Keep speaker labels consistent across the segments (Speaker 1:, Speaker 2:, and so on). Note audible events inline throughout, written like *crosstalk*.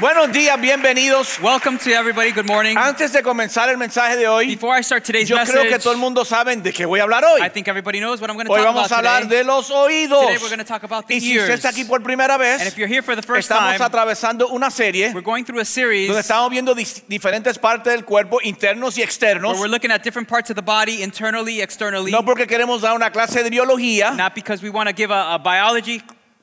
Speaker 1: Buenos días, bienvenidos.
Speaker 2: Welcome to everybody. Good morning.
Speaker 1: Antes de comenzar el mensaje de hoy,
Speaker 2: Before I start today's
Speaker 1: yo creo
Speaker 2: message,
Speaker 1: que todo el mundo sabe de qué voy a hablar hoy.
Speaker 2: I think everybody knows what I'm going to
Speaker 1: Hoy
Speaker 2: talk
Speaker 1: vamos a
Speaker 2: about
Speaker 1: hablar
Speaker 2: today.
Speaker 1: de los oídos.
Speaker 2: Today we're going to talk about the
Speaker 1: Y si usted
Speaker 2: ears.
Speaker 1: está aquí por primera
Speaker 2: And if
Speaker 1: vez,
Speaker 2: you're here for the first
Speaker 1: estamos
Speaker 2: time,
Speaker 1: atravesando una serie
Speaker 2: we're going through a series
Speaker 1: donde estamos viendo dis- diferentes partes del cuerpo, internos y externos.
Speaker 2: where we're looking at different parts of the body, internally, externally.
Speaker 1: No porque queremos dar una clase de biología,
Speaker 2: Not because we want to give a, a biology,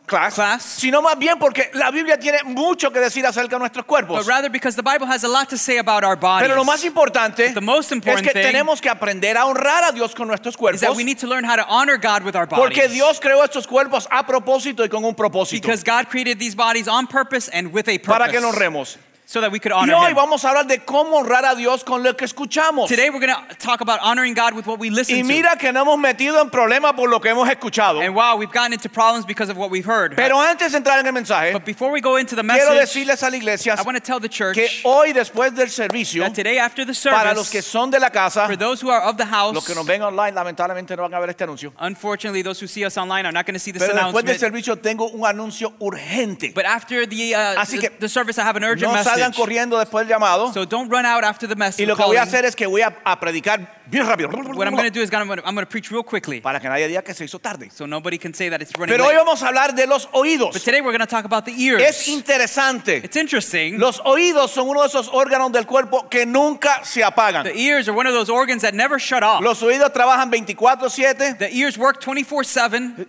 Speaker 1: class,
Speaker 2: class.
Speaker 1: sino más bien porque la Biblia tiene mucho que decir acerca de nuestros
Speaker 2: but
Speaker 1: cuerpos.
Speaker 2: rather because the Bible has a lot to say about our bodies.
Speaker 1: Pero lo más importante
Speaker 2: the most
Speaker 1: es
Speaker 2: important
Speaker 1: que
Speaker 2: thing
Speaker 1: tenemos que aprender a honrar a Dios con nuestros
Speaker 2: is
Speaker 1: cuerpos.
Speaker 2: that we need to learn how to honor God with our bodies.
Speaker 1: Porque Dios creó estos cuerpos a propósito y con un propósito.
Speaker 2: because God created these bodies on purpose and with a purpose.
Speaker 1: Para que nos honremos.
Speaker 2: so that we could
Speaker 1: Y
Speaker 2: honor
Speaker 1: hoy
Speaker 2: Him.
Speaker 1: vamos a hablar de cómo honrar a Dios con lo que escuchamos.
Speaker 2: Today we're going to talk about honoring God with what we listen
Speaker 1: Y mira que no hemos metido en problemas por lo que hemos escuchado.
Speaker 2: to. And wow, we've gotten into problems because of what we've heard.
Speaker 1: Pero antes de entrar en el mensaje,
Speaker 2: But before we go into the
Speaker 1: quiero
Speaker 2: message,
Speaker 1: decirles a la iglesia
Speaker 2: I want to tell the church
Speaker 1: que hoy después del servicio,
Speaker 2: that today after the
Speaker 1: para los
Speaker 2: service,
Speaker 1: que son de la casa,
Speaker 2: for those who are of the house,
Speaker 1: los que nos ven online, lamentablemente no van a ver este anuncio.
Speaker 2: unfortunately, those who see us online are not going to see this
Speaker 1: Pero después del
Speaker 2: announcement.
Speaker 1: servicio tengo un anuncio urgente.
Speaker 2: but after the, uh,
Speaker 1: Así que
Speaker 2: the, the service, I have an urgent
Speaker 1: No salgan
Speaker 2: message.
Speaker 1: corriendo después del llamado.
Speaker 2: So don't run out after the message.
Speaker 1: Y lo que voy a
Speaker 2: calling.
Speaker 1: hacer es que voy a, a predicar bien rápido.
Speaker 2: what I'm going to do is gonna- I'm going to preach real quickly
Speaker 1: Para que nadie diga que se hizo tarde.
Speaker 2: so nobody can say that it's running
Speaker 1: Pero hoy
Speaker 2: late.
Speaker 1: vamos a hablar de los
Speaker 2: But
Speaker 1: oídos.
Speaker 2: today we're going to talk about the ears.
Speaker 1: Es interesante.
Speaker 2: it's interesting.
Speaker 1: Los oídos son uno de esos órganos del cuerpo que nunca se apagan.
Speaker 2: the ears are one of those organs that never shut off.
Speaker 1: Los oídos trabajan 24/7.
Speaker 2: The ears work 24 7.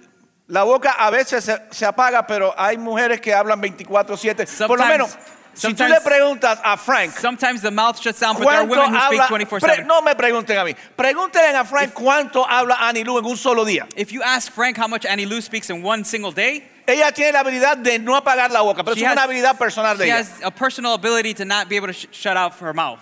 Speaker 1: La boca a veces se, se apaga, pero hay mujeres que hablan 24/7. Por lo
Speaker 2: Sometimes-
Speaker 1: menos, si tú le
Speaker 2: sometimes-
Speaker 1: preguntas a Frank,
Speaker 2: Sometimes the mouth shuts down, but there are
Speaker 1: ¿Cuánto
Speaker 2: women who speak
Speaker 1: habla?
Speaker 2: 24
Speaker 1: Pre-
Speaker 2: 7.
Speaker 1: no me pregunten a mí. Pregúntenle a Frank cuánto habla Annie Lou en un solo día.
Speaker 2: If you ask Frank how much Annie Lou speaks in one single day,
Speaker 1: Ella tiene la habilidad de no apagar la boca, pero
Speaker 2: She
Speaker 1: es una
Speaker 2: has-
Speaker 1: habilidad personal de
Speaker 2: she
Speaker 1: ella.
Speaker 2: has a personal ability to not be able to sh- shut off her mouth.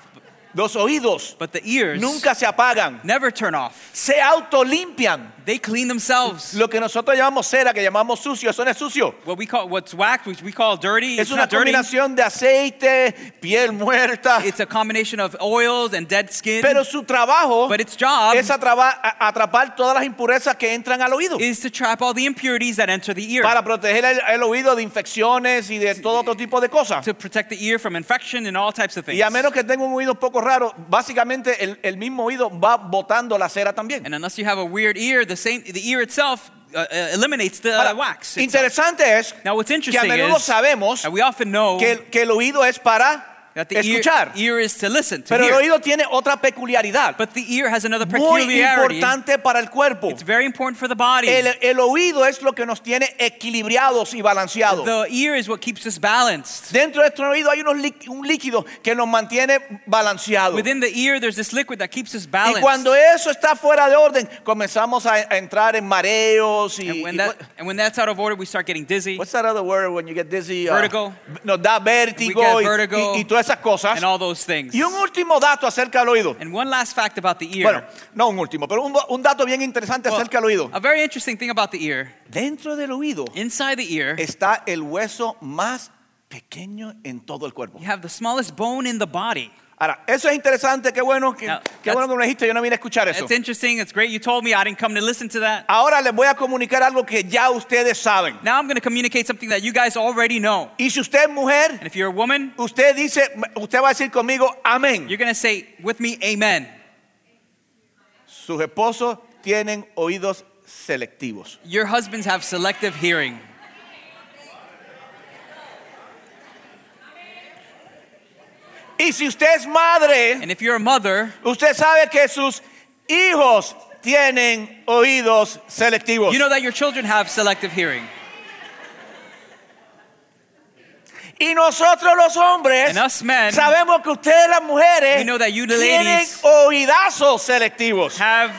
Speaker 1: Los oídos
Speaker 2: But the ears
Speaker 1: nunca se apagan,
Speaker 2: never turn off.
Speaker 1: se autolimpian.
Speaker 2: They clean themselves.
Speaker 1: Lo que nosotros llamamos cera, que llamamos sucio, eso no es sucio.
Speaker 2: What we call what's whacked, which we call dirty,
Speaker 1: Es
Speaker 2: it's
Speaker 1: una
Speaker 2: not dirty.
Speaker 1: combinación de aceite, piel muerta,
Speaker 2: It's a combination of oils and dead skin.
Speaker 1: pero su trabajo
Speaker 2: but um, its job
Speaker 1: es atrapa- a- atrapar todas las impurezas que entran al oído
Speaker 2: is to trap all the impurities that enter the ear.
Speaker 1: para proteger el, el oído de infecciones y de todo otro tipo de cosas.
Speaker 2: to protect the ear from infection and all types of things.
Speaker 1: Y a menos que tenga un oído un poco raro, básicamente el, el mismo oído va botando la cera también.
Speaker 2: and unless you have a weird ear, the same the ear itself uh, uh, eliminates the
Speaker 1: Ahora,
Speaker 2: wax. itself.
Speaker 1: interesante es
Speaker 2: Now what's
Speaker 1: que a
Speaker 2: interesting
Speaker 1: menudo
Speaker 2: is
Speaker 1: sabemos
Speaker 2: that we often know
Speaker 1: que, el- que el oído es para
Speaker 2: that the ear,
Speaker 1: escuchar,
Speaker 2: ear is to listen, to
Speaker 1: pero el
Speaker 2: hear.
Speaker 1: oído tiene otra peculiaridad
Speaker 2: But the ear has another
Speaker 1: muy
Speaker 2: peculiarity.
Speaker 1: importante para el cuerpo.
Speaker 2: It's very important for the body.
Speaker 1: El, el oído es lo que nos tiene equilibrados y balanceados.
Speaker 2: the ear is what keeps us balanced.
Speaker 1: Dentro de nuestro oído hay unos lí- un líquido que nos mantiene balanceados.
Speaker 2: Within the ear, there's this liquid that keeps us
Speaker 1: Y
Speaker 2: balanced.
Speaker 1: cuando eso está fuera de orden, comenzamos a, a entrar en mareos y,
Speaker 2: and, when
Speaker 1: y-
Speaker 2: that, and when that's out of order, we start getting dizzy
Speaker 1: What's that other word when you get dizzy? Uh,
Speaker 2: Vertigo.
Speaker 1: Nos da vértigo, y-
Speaker 2: vertigo.
Speaker 1: y, y todas esas cosas.
Speaker 2: and all those things.
Speaker 1: Y un último dato acerca del oído.
Speaker 2: and one last fact about the ear.
Speaker 1: Bueno, no un último, pero un, un dato bien interesante
Speaker 2: Well,
Speaker 1: acerca del oído.
Speaker 2: a very interesting thing about the ear.
Speaker 1: Dentro del oído
Speaker 2: Inside the ear,
Speaker 1: está el hueso más pequeño en todo el cuerpo.
Speaker 2: you have the smallest bone in the body.
Speaker 1: Ahora, eso es interesante, qué bueno que,
Speaker 2: Now,
Speaker 1: qué bueno que me dijiste, yo no vine a escuchar eso.
Speaker 2: It's interesting. It's great. You told me I didn't come to listen to that.
Speaker 1: Ahora les voy a comunicar algo que ya ustedes saben.
Speaker 2: Now I'm going to communicate something that you guys already know.
Speaker 1: Y si usted es mujer,
Speaker 2: And if you're a woman,
Speaker 1: usted dice, usted va a decir conmigo, amén.
Speaker 2: you're going to say with me, Amen.
Speaker 1: Sus esposos tienen oídos selectivos.
Speaker 2: Your husbands have selective hearing.
Speaker 1: Y si usted es madre,
Speaker 2: And if you're a mother,
Speaker 1: usted sabe que sus hijos tienen oídos selectivos.
Speaker 2: you know that your children have selective hearing.
Speaker 1: y nosotros los hombres
Speaker 2: And us men
Speaker 1: sabemos que ustedes las mujeres
Speaker 2: We know that you the
Speaker 1: tienen
Speaker 2: ladies-
Speaker 1: oídazos selectivos.
Speaker 2: have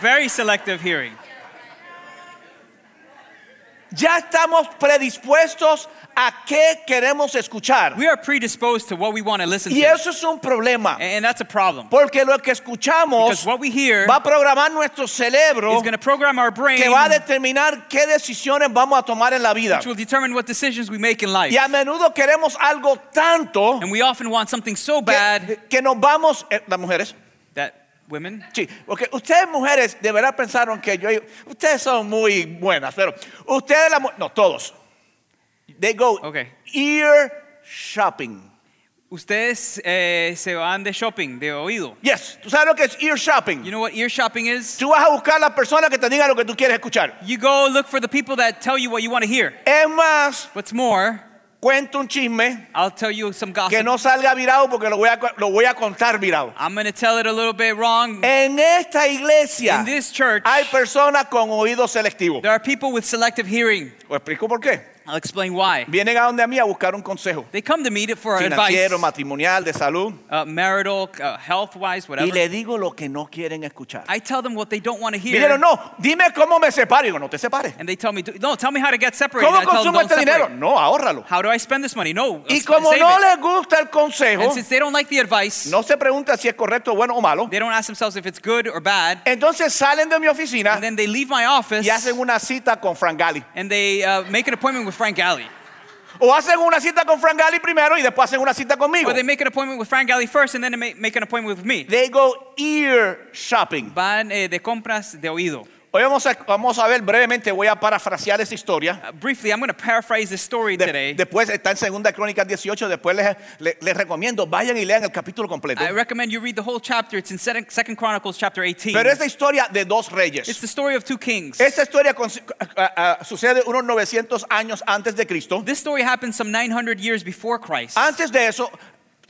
Speaker 2: very selective hearing.
Speaker 1: Ya estamos predispuestos a qué queremos escuchar.
Speaker 2: We are predisposed to what we want to listen
Speaker 1: Y
Speaker 2: to.
Speaker 1: eso es un problema.
Speaker 2: And and that's a problem.
Speaker 1: Porque lo que
Speaker 2: Because
Speaker 1: escuchamos
Speaker 2: what we hear
Speaker 1: va a programar nuestro cerebro
Speaker 2: is going to program our brain,
Speaker 1: que va a determinar qué decisiones vamos a tomar en la vida.
Speaker 2: which will determine what decisions we make in life.
Speaker 1: Y a menudo queremos algo tanto
Speaker 2: And we often want something so bad
Speaker 1: que, que nos vamos, eh, las mujeres,
Speaker 2: that women
Speaker 1: sí, porque ustedes mujeres de verdad pensaron que yo, ustedes son muy buenas, pero ustedes las mu- no, todos, they go
Speaker 2: Okay.
Speaker 1: ear shopping.
Speaker 2: Ustedes eh, se van de shopping, de oído.
Speaker 1: Yes, ¿tú sabes lo que es ear shopping?
Speaker 2: You know what ear shopping is?
Speaker 1: Tú vas a buscar a la persona que te diga lo que tú quieres escuchar.
Speaker 2: You go look for the people that tell you what you want to hear.
Speaker 1: Es más,
Speaker 2: What's more,
Speaker 1: cuento un chisme
Speaker 2: I'll tell you some
Speaker 1: que
Speaker 2: gossip.
Speaker 1: no salga virado porque lo voy a, lo voy a contar virado.
Speaker 2: I'm going to tell it a little bit wrong.
Speaker 1: En esta iglesia
Speaker 2: In this church,
Speaker 1: hay personas con oídos selectivos.
Speaker 2: there are people with selective hearing.
Speaker 1: Os explico por qué.
Speaker 2: I'll explain why.
Speaker 1: Vienen a donde a mí a buscar un consejo
Speaker 2: They come to me to- for advice,
Speaker 1: financiero, matrimonial, de salud.
Speaker 2: uh, marital, uh, health-wise,
Speaker 1: Y
Speaker 2: whatever.
Speaker 1: le digo lo que no quieren escuchar.
Speaker 2: I tell them what they don't want to
Speaker 1: Me
Speaker 2: hear.
Speaker 1: Dijeron, no, dime cómo me separo. Y digo, no te separes.
Speaker 2: And they tell me, no, tell me how to get separated.
Speaker 1: ¿Cómo
Speaker 2: I tell them,
Speaker 1: consumo
Speaker 2: don't
Speaker 1: este dinero?
Speaker 2: separate.
Speaker 1: No, ahórralo.
Speaker 2: How do I spend this money? No,
Speaker 1: Y
Speaker 2: s-
Speaker 1: como
Speaker 2: save
Speaker 1: no
Speaker 2: it.
Speaker 1: les gusta el consejo,
Speaker 2: And since they don't like the advice,
Speaker 1: no se pregunta si es correcto, bueno o malo.
Speaker 2: they don't ask themselves if it's good or bad.
Speaker 1: Entonces salen de mi oficina
Speaker 2: And then they leave my office
Speaker 1: y hacen una cita con Frank Gali.
Speaker 2: and they uh, make an appointment with Frank Galley.
Speaker 1: O hacen una cita con Frank Gali primero y después hacen una cita conmigo.
Speaker 2: Or they make an appointment with Frank Galley first and then they make, make an appointment with me.
Speaker 1: They go ear shopping.
Speaker 2: Van eh, de compras de oído.
Speaker 1: Hoy vamos a, vamos a ver brevemente, voy a parafrasear esa historia.
Speaker 2: Uh, briefly, I'm going to paraphrase this story
Speaker 1: De-
Speaker 2: today.
Speaker 1: después está en Segunda Crónicas 18, después les, le- les recomiendo, vayan y lean el capítulo completo.
Speaker 2: I recommend you read the whole chapter. It's in Second Second Chronicles chapter 18.
Speaker 1: Pero es la historia de dos
Speaker 2: It's
Speaker 1: reyes.
Speaker 2: the story of two kings.
Speaker 1: Esta historia con- ah, ah, sucede unos 900 años antes de Cristo.
Speaker 2: This story happened some 900 years before Christ.
Speaker 1: Antes de eso,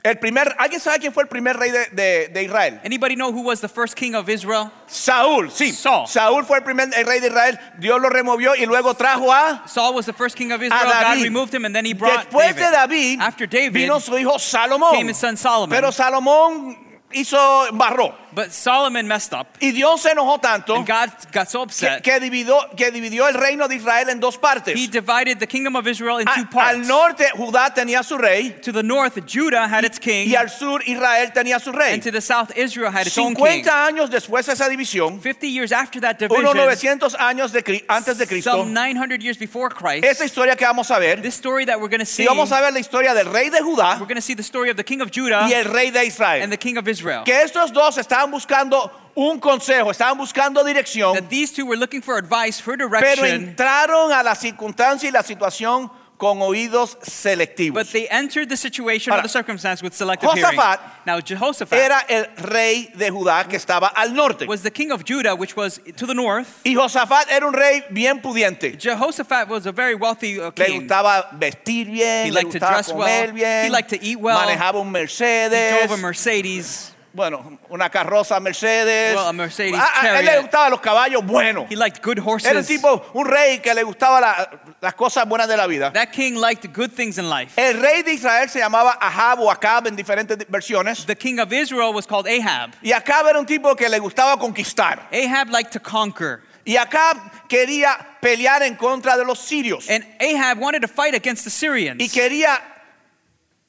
Speaker 1: el primer, ¿alguien sabe quién fue el primer rey de, de- de Israel?
Speaker 2: Anybody know who was the first king of Israel?
Speaker 1: Saúl, sí.
Speaker 2: Saul.
Speaker 1: Saúl fue el primer rey de Israel. Dios lo removió y luego trajo a...
Speaker 2: Saul was the first king of Israel.
Speaker 1: A
Speaker 2: God
Speaker 1: David.
Speaker 2: removed him and then he brought
Speaker 1: Después de
Speaker 2: David.
Speaker 1: David,
Speaker 2: After David,
Speaker 1: vino su hijo Salomón.
Speaker 2: came his son Solomon.
Speaker 1: Pero Salomón hizo barro.
Speaker 2: But Solomon messed up.
Speaker 1: Y Dios se enojó tanto
Speaker 2: And God got so
Speaker 1: que,
Speaker 2: upset.
Speaker 1: que dividió, que dividió el reino de Israel en dos partes.
Speaker 2: He divided the kingdom of Israel in
Speaker 1: A-
Speaker 2: two parts.
Speaker 1: al norte Judá tenía su rey
Speaker 2: to the north, Judah had its king,
Speaker 1: y al sur Israel tenía su rey.
Speaker 2: and to the south, Israel had its own king.
Speaker 1: 50 años después de esa división,
Speaker 2: 50 years after that division,
Speaker 1: unos 900 años de Cri- antes de Cristo,
Speaker 2: some 900 years before Christ,
Speaker 1: esa historia que vamos a ver,
Speaker 2: this story that we're going to see,
Speaker 1: y vamos a ver la historia del rey de
Speaker 2: we're
Speaker 1: Judá
Speaker 2: going to see the story of the king of Judah
Speaker 1: y el rey de
Speaker 2: and
Speaker 1: Israel.
Speaker 2: the king of Israel.
Speaker 1: Que estos dos estaban buscando un consejo, estaban buscando dirección,
Speaker 2: that these two were looking for advice, for
Speaker 1: pero
Speaker 2: direction,
Speaker 1: entraron a la circunstancia y la situación con oídos
Speaker 2: but
Speaker 1: selectivos.
Speaker 2: they entered the situation
Speaker 1: Ahora,
Speaker 2: or the circumstance with selective
Speaker 1: Josaphat
Speaker 2: hearing. Now, Jehoshaphat
Speaker 1: Era el rey de Judá que estaba al norte.
Speaker 2: was the king of Judah, which was to the north.
Speaker 1: Y Josafat era un rey bien pudiente.
Speaker 2: Jehoshaphat was a very wealthy uh,
Speaker 1: Le
Speaker 2: king.
Speaker 1: gustaba vestir bien,
Speaker 2: He
Speaker 1: le
Speaker 2: liked to
Speaker 1: gustaba
Speaker 2: dress
Speaker 1: comer
Speaker 2: well.
Speaker 1: bien,
Speaker 2: He liked to eat well.
Speaker 1: manejaba un
Speaker 2: He
Speaker 1: Mercedes,
Speaker 2: drove a Mercedes.
Speaker 1: bueno, una carroza Mercedes. Ah,
Speaker 2: Well, a Mercedes
Speaker 1: A- a- a él le
Speaker 2: chariot.
Speaker 1: gustaban los caballos buenos.
Speaker 2: He liked good horses.
Speaker 1: Era un tipo, un rey que le gustaba la- las cosas buenas de la vida.
Speaker 2: That king liked good things in life.
Speaker 1: El rey de Israel se llamaba Ahab o Acab en diferentes di- versiones.
Speaker 2: The king of Israel was called Ahab.
Speaker 1: Y Acab era un tipo que le gustaba conquistar.
Speaker 2: Ahab liked to conquer.
Speaker 1: Y Acab quería pelear en contra de los sirios.
Speaker 2: And Ahab wanted to fight against the Syrians.
Speaker 1: Y quería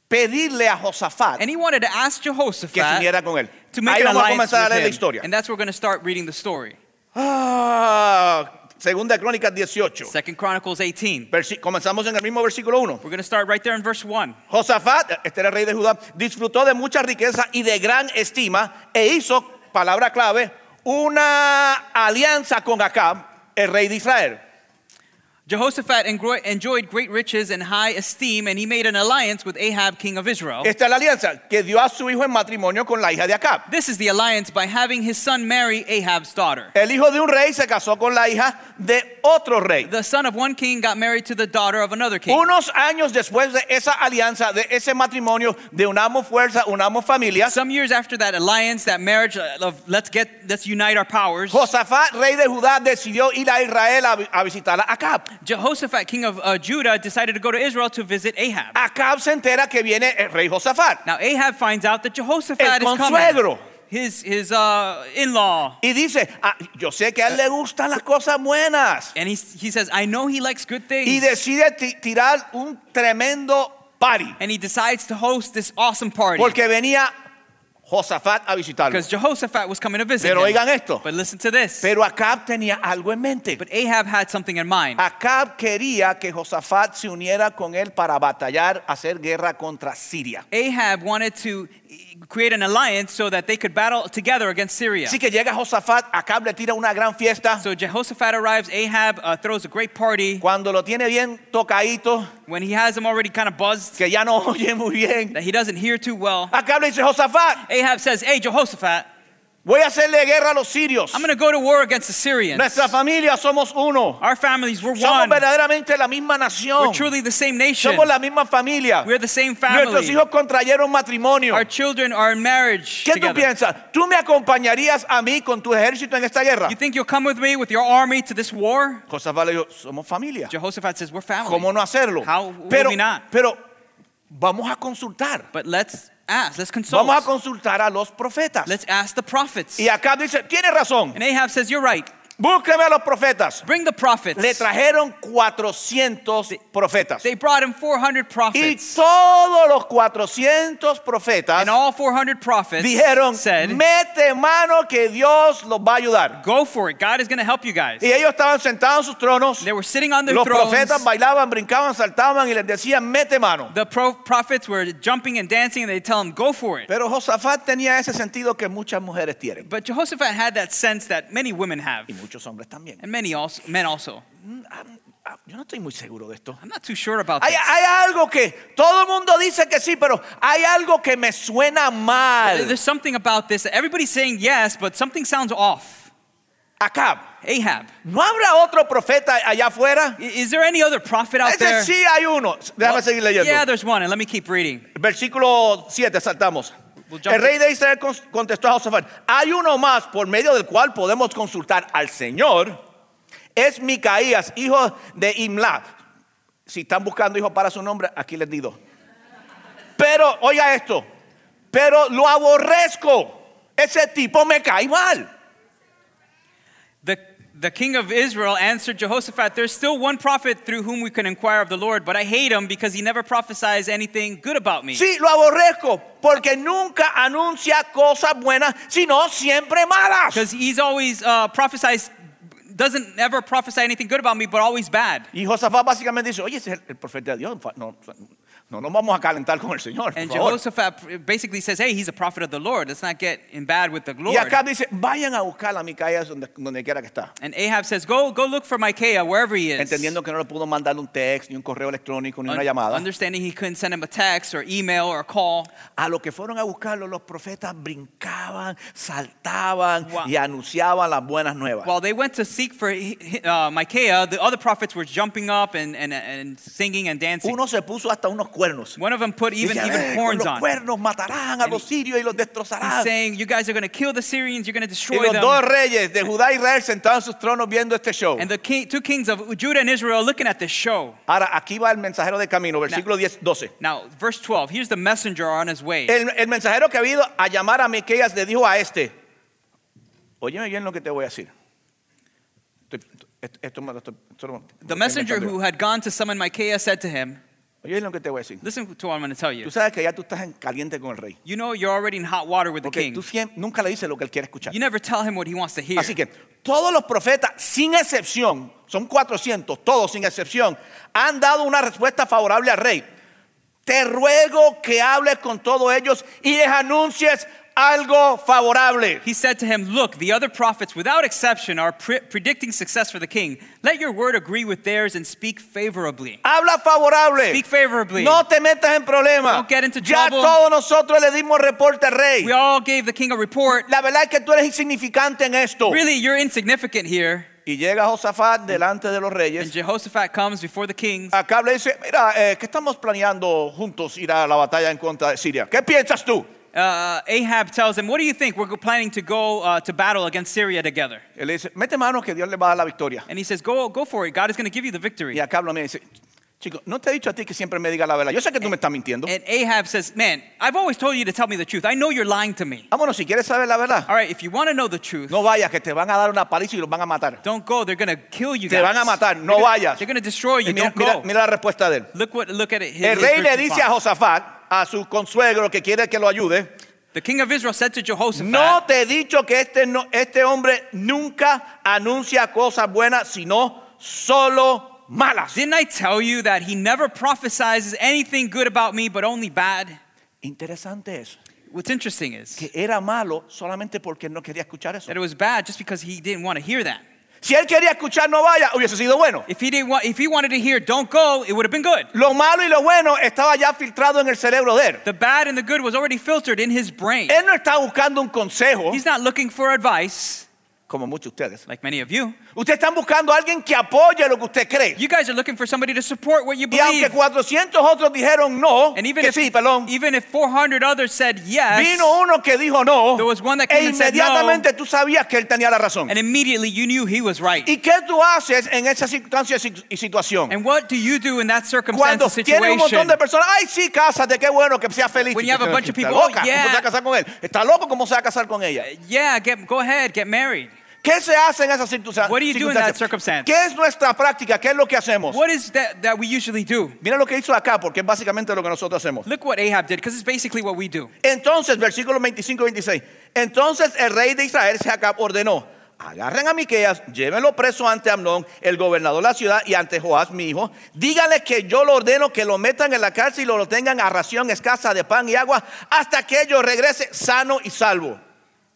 Speaker 1: pedirle a Josafat
Speaker 2: and he wanted to ask
Speaker 1: que se
Speaker 2: Jehoshaphat
Speaker 1: uniera con él.
Speaker 2: to
Speaker 1: Ahí
Speaker 2: make an
Speaker 1: vamos a
Speaker 2: alliance
Speaker 1: comenzar a
Speaker 2: with
Speaker 1: leer la
Speaker 2: him.
Speaker 1: historia.
Speaker 2: And that's where we're going to start reading the story.
Speaker 1: Ah, segunda de Crónicas 18.
Speaker 2: Second Chronicles 18.
Speaker 1: Versi- comenzamos en el mismo versículo 1.
Speaker 2: We're going to start right there in verse 1.
Speaker 1: Josafat, este era el rey de Judá, disfrutó de mucha riqueza y de gran estima e hizo, palabra clave, una alianza con Acab, el rey de Israel.
Speaker 2: Jehoshaphat engro- enjoyed great riches and high esteem, and he made an alliance with Ahab, king of Israel.
Speaker 1: Esta es la alianza que dio a su hijo en matrimonio con la hija de Acab.
Speaker 2: This is the alliance by having his son marry Ahab's daughter.
Speaker 1: El hijo de un rey se casó con la hija de otro rey.
Speaker 2: The son of one king got married to the daughter of another king.
Speaker 1: Unos años después de esa alianza, de ese matrimonio, de unamos fuerza, unamos familia,
Speaker 2: Some years after that alliance, that marriage of let's get let's unite our powers,
Speaker 1: Josafat, rey de Judá, decidió ir a Israel a, vi- a visitar a Acab.
Speaker 2: Jehoshaphat, king of uh, Judah, decided to go to Israel to visit Ahab.
Speaker 1: Acab se entera que viene el rey Josafat
Speaker 2: Now Ahab finds out that Jehoshaphat
Speaker 1: El
Speaker 2: is coming.
Speaker 1: consuegro.
Speaker 2: His his uh, in-law,
Speaker 1: y dice, "Ah, yo sé que a él le gustan las cosas buenas.
Speaker 2: and he he says, I know he likes good things,
Speaker 1: Y decide ti- tirar un tremendo party
Speaker 2: and he decides to host this awesome party
Speaker 1: porque venía Josafat a visitarlo.
Speaker 2: because Jehoshaphat was coming to visit.
Speaker 1: Pero
Speaker 2: him.
Speaker 1: oigan esto.
Speaker 2: But listen to this.
Speaker 1: Pero Acab tenía algo en mente.
Speaker 2: but Ahab had something in mind.
Speaker 1: Acab quería que Josafat se uniera con él para batallar, hacer guerra contra Siria.
Speaker 2: Ahab wanted to eh, create an alliance so that they could battle together against Syria.
Speaker 1: Así que llega Josafat, Acab le tira una gran fiesta.
Speaker 2: So Jehoshaphat arrives, Ahab uh, throws a great party.
Speaker 1: Cuando lo tiene bien tocadito,
Speaker 2: When he has him already kind of buzzed,
Speaker 1: que ya no *laughs* oye muy bien,
Speaker 2: that he doesn't hear too well,
Speaker 1: Acab le dice, Josafat,
Speaker 2: Ahab says, Hey, Jehoshaphat,
Speaker 1: voy a hacerle guerra a los sirios.
Speaker 2: I'm going to go to war against the Syrians.
Speaker 1: Nuestra familia somos uno.
Speaker 2: Our families, we're
Speaker 1: Somos
Speaker 2: one.
Speaker 1: verdaderamente la misma nación.
Speaker 2: We're truly the same nation.
Speaker 1: Somos la misma familia.
Speaker 2: We're the same
Speaker 1: Nuestros
Speaker 2: family.
Speaker 1: hijos contrayeron matrimonio.
Speaker 2: Our children are in marriage
Speaker 1: ¿Qué tú
Speaker 2: together.
Speaker 1: piensas? ¿Tú me acompañarías a mí con tu ejército en esta guerra?
Speaker 2: You think you'll come with me with your army to this war?
Speaker 1: Josafat le dijo, somos familia.
Speaker 2: Jehoshaphat says, We're
Speaker 1: ¿Cómo
Speaker 2: family.
Speaker 1: no hacerlo?
Speaker 2: How would
Speaker 1: Pero,
Speaker 2: we not?
Speaker 1: pero vamos a consultar.
Speaker 2: But let's ask, let's consult.
Speaker 1: Vamos a consultar a los profetas.
Speaker 2: Let's ask the prophets.
Speaker 1: Y acá dice, tiene razón.
Speaker 2: And Ahab says, You're right.
Speaker 1: Búsqueme a los profetas.
Speaker 2: Bring the prophets.
Speaker 1: Le trajeron 400 profetas.
Speaker 2: They brought him 400
Speaker 1: Y
Speaker 2: prophets.
Speaker 1: todos los 400 profetas
Speaker 2: And all 400 prophets
Speaker 1: dijeron,
Speaker 2: said,
Speaker 1: mete mano que Dios los va a ayudar.
Speaker 2: Go for it. God is going to help you guys.
Speaker 1: Y ellos estaban sentados en sus tronos.
Speaker 2: They were sitting on their
Speaker 1: Los
Speaker 2: thrones.
Speaker 1: profetas bailaban, brincaban, saltaban y les decían, mete mano.
Speaker 2: the pro- prophets were jumping and dancing, and they tell him, Go for it.
Speaker 1: Pero Josafat tenía ese sentido que muchas mujeres tienen.
Speaker 2: But Jehoshaphat had that sense that many women have,
Speaker 1: Y muchos hombres también.
Speaker 2: and many also, men also.
Speaker 1: Mm, ah, ah, Yo no estoy muy seguro de esto.
Speaker 2: I'm not too sure about
Speaker 1: Hay,
Speaker 2: this.
Speaker 1: hay algo que todo el mundo dice que sí, pero hay algo que me suena mal.
Speaker 2: There's something about this. that Everybody's saying yes, but something sounds off.
Speaker 1: Acá.
Speaker 2: Ahab,
Speaker 1: ¿No habrá otro profeta allá afuera?
Speaker 2: i- is there any other prophet out
Speaker 1: Ese
Speaker 2: there? Oh,
Speaker 1: sí hay uno. Déjame seguir leyendo.
Speaker 2: Yeah, there's one, and let me keep reading.
Speaker 1: Versículo 7, saltamos.
Speaker 2: We'll jump
Speaker 1: El rey de Israel cons- contestó a Josafat, hay uno más por medio del cual podemos consultar al Señor, es Micaías, hijo de Imla. Si están buscando hijo para su nombre, aquí les digo. Pero, oiga esto, pero lo aborrezco, ese tipo me cae mal.
Speaker 2: The, the king of Israel answered Jehoshaphat, There's still one prophet through whom we can inquire of the Lord, but I hate him because he never prophesies anything good about me.
Speaker 1: Sí, lo aborrezco, porque nunca anuncia cosas buenas, sino siempre malas.
Speaker 2: Because he's always uh, prophesies, doesn't ever prophesy anything good about me, but always bad.
Speaker 1: Y Josafat básicamente dice, oye, ese es el, el profeta de Dios, fa- no, no nos vamos a calentar con el Señor. por
Speaker 2: And
Speaker 1: favor".
Speaker 2: Jehoshaphat basically says, Hey, he's a prophet of the Lord. Let's not get in bad with the
Speaker 1: Y
Speaker 2: Lord.
Speaker 1: acá dice, vayan a buscar a Micaías donde, donde quiera que está.
Speaker 2: And Ahab says, Go, go look for Micaiah, wherever he is.
Speaker 1: Entendiendo que no le pudo mandar un text, ni un correo electrónico, ni una
Speaker 2: Un-
Speaker 1: llamada.
Speaker 2: Understanding he couldn't send him a text or email or call.
Speaker 1: A los que fueron a buscarlo, los profetas brincaban, saltaban
Speaker 2: Wow.
Speaker 1: y anunciaban las buenas nuevas.
Speaker 2: While they went to seek for he- he- uh, Micaiah, the other prophets were jumping up and, and, and singing and dancing.
Speaker 1: Uno se puso hasta unos cuernos.
Speaker 2: One of them put even,
Speaker 1: Dice, "Eh,
Speaker 2: even
Speaker 1: con
Speaker 2: horns
Speaker 1: los
Speaker 2: on.
Speaker 1: cuernos matarán a los sirios y los
Speaker 2: He's
Speaker 1: destrozarán.
Speaker 2: saying, You guys are going to kill the Syrians, you're going to
Speaker 1: Y
Speaker 2: destroy
Speaker 1: los dos
Speaker 2: them.
Speaker 1: reyes de Judá y Israel sentados en sus tronos viendo este show.
Speaker 2: And the king, two kings of Judah and Israel are looking at this show.
Speaker 1: Ahora, aquí va el mensajero del camino, versículo 10, 12.
Speaker 2: Now, verse 12, here's the messenger on his way.
Speaker 1: El, el mensajero que ha ido a llamar a Miqueas le dijo a este: Óyeme bien lo que te voy a decir. Estoy- esto- esto me lo estoy- esto lo-
Speaker 2: The messenger who had gone to summon Micaiah said to him,
Speaker 1: Oye bien lo que te voy a decir.
Speaker 2: Listen to what I'm going to tell you.
Speaker 1: Tú sabes que ya tú estás en caliente con el rey.
Speaker 2: You know you're already in hot water with the
Speaker 1: Porque
Speaker 2: king.
Speaker 1: tú siem- nunca le dices lo que él quiere escuchar.
Speaker 2: You never tell him what he wants to hear.
Speaker 1: Así que todos los profetas, sin excepción, son 400, todos sin excepción, han dado una respuesta favorable al rey. Te ruego que hables con todos ellos y les anuncies algo favorable.
Speaker 2: He said to him, Look, the other prophets, without exception, are pre- predicting success for the king. Let your word agree with theirs and speak favorably.
Speaker 1: Habla favorable.
Speaker 2: Speak favorably.
Speaker 1: No te metas en problemas.
Speaker 2: Don't get into
Speaker 1: Ya
Speaker 2: trouble.
Speaker 1: todos nosotros le dimos reporte al rey.
Speaker 2: We all gave the king a report.
Speaker 1: La verdad es que tú eres insignificante en esto.
Speaker 2: Really, you're insignificant here.
Speaker 1: Y llega Josafat delante de los
Speaker 2: And
Speaker 1: reyes.
Speaker 2: Jehoshaphat comes before the king.
Speaker 1: Acá le dice, mira, eh, que estamos planeando juntos ir a la batalla en contra de Siria. ¿Qué piensas tú?
Speaker 2: Uh, Ahab tells him, What do you think? We're planning to go uh, to battle against Syria together.
Speaker 1: Él le dice, mete mano que Dios le va a dar la victoria.
Speaker 2: And he says, Go, go for it. God is going to give you the
Speaker 1: Y
Speaker 2: victory.
Speaker 1: acá me dice, chico, no te he dicho a ti que siempre me diga la verdad. Yo sé que tú me estás mintiendo.
Speaker 2: And Ahab says, Man, I've always told you to tell me the truth. I know you're lying to me.
Speaker 1: Vámonos, si quieres saber la verdad,
Speaker 2: All right, if you want to know the truth,
Speaker 1: no vayas, que te van a dar una paliza y los van a matar.
Speaker 2: don't go. They're going to kill you
Speaker 1: Te
Speaker 2: guys.
Speaker 1: van a matar, no
Speaker 2: they're
Speaker 1: vayas.
Speaker 2: going to destroy
Speaker 1: Y
Speaker 2: you.
Speaker 1: mira,
Speaker 2: Don't
Speaker 1: mira-
Speaker 2: go.
Speaker 1: mira la respuesta de él.
Speaker 2: Look what look at it. his-
Speaker 1: El
Speaker 2: his
Speaker 1: rey le
Speaker 2: response.
Speaker 1: dice a Josafat, a su consuegro que quiere que lo ayude,
Speaker 2: The king of Israel said to Jehoshaphat,
Speaker 1: no te he dicho que este, no- este hombre nunca anuncia cosas buenas, sino solo malas.
Speaker 2: Didn't I tell you that he never prophesies anything good about me, but only bad?
Speaker 1: Interesante es
Speaker 2: What's interesting is
Speaker 1: que era malo solamente porque no quería escuchar eso.
Speaker 2: that it was bad just because he didn't want to hear that.
Speaker 1: Si él quería escuchar no vaya, hubiese sido bueno.
Speaker 2: If he didn't want, if he wanted to hear "Don't go," it would have been good.
Speaker 1: Lo malo y lo bueno estaba ya filtrado en el cerebro de él.
Speaker 2: The bad and the good was already filtered in his brain.
Speaker 1: Él no estaba buscando un consejo,
Speaker 2: He's not looking for advice,
Speaker 1: como muchos de ustedes.
Speaker 2: like many of you.
Speaker 1: Ustedes están buscando a alguien que apoye lo que usted cree.
Speaker 2: You guys are looking for somebody to support what you
Speaker 1: Y aunque
Speaker 2: believe.
Speaker 1: 400 otros dijeron no,
Speaker 2: And even
Speaker 1: que
Speaker 2: if,
Speaker 1: sí, perdón,
Speaker 2: even if 400 others said yes,
Speaker 1: vino uno que dijo no,
Speaker 2: There was one that
Speaker 1: e
Speaker 2: came and said
Speaker 1: inmediatamente tú sabías que él tenía la razón.
Speaker 2: and immediately you knew he was right.
Speaker 1: ¿Y qué tú haces en esa circunstancia y si- y situación?
Speaker 2: And what do you do in that circumstance
Speaker 1: Cuando
Speaker 2: or
Speaker 1: tienes un montón
Speaker 2: situation?
Speaker 1: de personas, ay sí, cásate, qué bueno que seas feliz.
Speaker 2: When you have a bunch of
Speaker 1: Está
Speaker 2: people,
Speaker 1: loca,
Speaker 2: oh,
Speaker 1: ¿cómo
Speaker 2: yeah.
Speaker 1: se va a casar con él? Está loco, ¿cómo se va a casar con ella?
Speaker 2: Yeah, get, go ahead, get married.
Speaker 1: ¿Qué se hace en esa circunstancia?
Speaker 2: What do you do in that circumstance?
Speaker 1: ¿Qué es nuestra práctica? ¿Qué es lo que hacemos?
Speaker 2: What is that that we usually do?
Speaker 1: Mira lo que hizo acá, porque es básicamente lo que nosotros hacemos.
Speaker 2: Look what Ahab did, because it's basically what we do.
Speaker 1: Entonces, versículo 25 y 26. Entonces el rey de Israel, Jacob, ordenó: agarren a Miqueas, llévenlo preso ante Amnón, el gobernador de la ciudad, y ante Joás, mi hijo. Díganle que yo lo ordeno que lo metan en la cárcel y lo tengan a ración escasa de pan y agua hasta que yo regrese sano y salvo.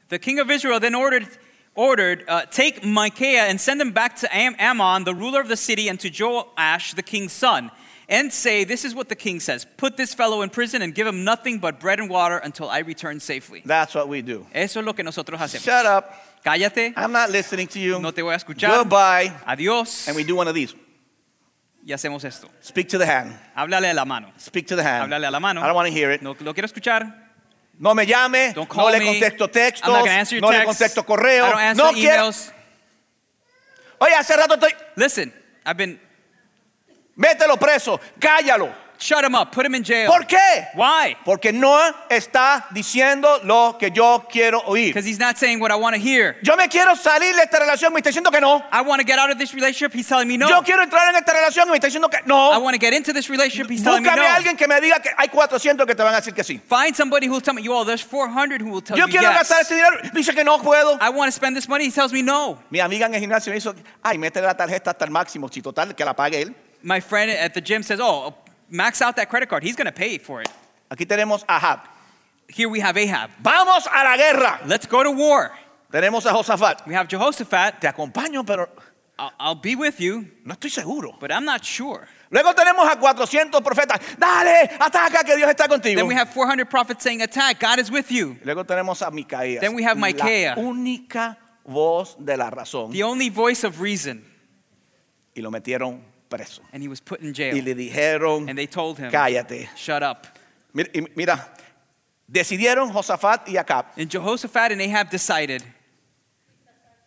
Speaker 2: The king of Israel then ordered, ordered uh, take Micaiah and send him back to Am- Ammon, the ruler of the city, and to Joash, the king's son, and say, This is what the king says Put this fellow in prison and give him nothing but bread and water until I return safely.
Speaker 1: That's what we do.
Speaker 2: Eso es lo que nosotros hacemos.
Speaker 1: Shut up.
Speaker 2: Cállate,
Speaker 1: I'm not listening to you.
Speaker 2: no te voy a escuchar.
Speaker 1: Goodbye.
Speaker 2: Adiós.
Speaker 1: And we do one of these.
Speaker 2: Y hacemos esto.
Speaker 1: Speak to the hand.
Speaker 2: Háblale a la mano.
Speaker 1: Speak to the hand.
Speaker 2: Háblale a la mano.
Speaker 1: I don't want to hear it.
Speaker 2: No lo quiero escuchar.
Speaker 1: No me llame.
Speaker 2: Don't call
Speaker 1: No le
Speaker 2: me.
Speaker 1: contesto textos.
Speaker 2: I'm not gonna answer your
Speaker 1: No le
Speaker 2: texts.
Speaker 1: contesto correo.
Speaker 2: I don't answer
Speaker 1: No quiero.
Speaker 2: emails.
Speaker 1: Oye, hace rato estoy.
Speaker 2: Listen, I've been
Speaker 1: Mételo preso, cállalo.
Speaker 2: shut him up, put him in jail.
Speaker 1: ¿Por qué?
Speaker 2: Why?
Speaker 1: Porque no está diciendo lo que yo quiero oír.
Speaker 2: Because he's not saying what I want to hear.
Speaker 1: Yo me quiero salir de esta relación, me está diciendo que no.
Speaker 2: I want to get out of this relationship. He's telling me no.
Speaker 1: Yo quiero entrar en esta relación y me está diciendo que
Speaker 2: I
Speaker 1: no.
Speaker 2: want to get into this relationship. He's telling me
Speaker 1: Búscame a
Speaker 2: no.
Speaker 1: alguien que me diga que hay 400 que te van a decir que sí.
Speaker 2: Find somebody who will tell me, you all, there's 400 who will tell
Speaker 1: Yo
Speaker 2: you
Speaker 1: quiero
Speaker 2: yes.
Speaker 1: gastar ese dinero, dice que no puedo.
Speaker 2: I want to spend this money. He tells me no.
Speaker 1: Mi amiga en el gimnasio me hizo, ay, métele la tarjeta hasta el máximo, si total, que la pague él.
Speaker 2: My friend at the gym says, oh, max out that credit card. He's going to pay for it.
Speaker 1: Aquí tenemos a Ahab.
Speaker 2: Here we have Ahab.
Speaker 1: Vamos a la guerra.
Speaker 2: Let's go to war.
Speaker 1: Tenemos a Josafat.
Speaker 2: We have Jehoshaphat.
Speaker 1: Te acompaño, pero
Speaker 2: I'll, I'll be with you,
Speaker 1: no estoy seguro.
Speaker 2: but I'm not sure.
Speaker 1: Luego tenemos a 400 profetas. Dale, ataca que Dios está contigo.
Speaker 2: Then we have 400 prophets saying, attack. God is with you.
Speaker 1: Luego tenemos a Micaías.
Speaker 2: Then we have Micaiah.
Speaker 1: La única voz de la razón.
Speaker 2: The only voice of reason.
Speaker 1: Y lo metieron preso.
Speaker 2: And he was put in
Speaker 1: Y
Speaker 2: jail.
Speaker 1: le dijeron,
Speaker 2: And they told him,
Speaker 1: cállate.
Speaker 2: shut up.
Speaker 1: Mira, y mira, decidieron Josafat y Acab,
Speaker 2: And Jehoshaphat and Ahab decided,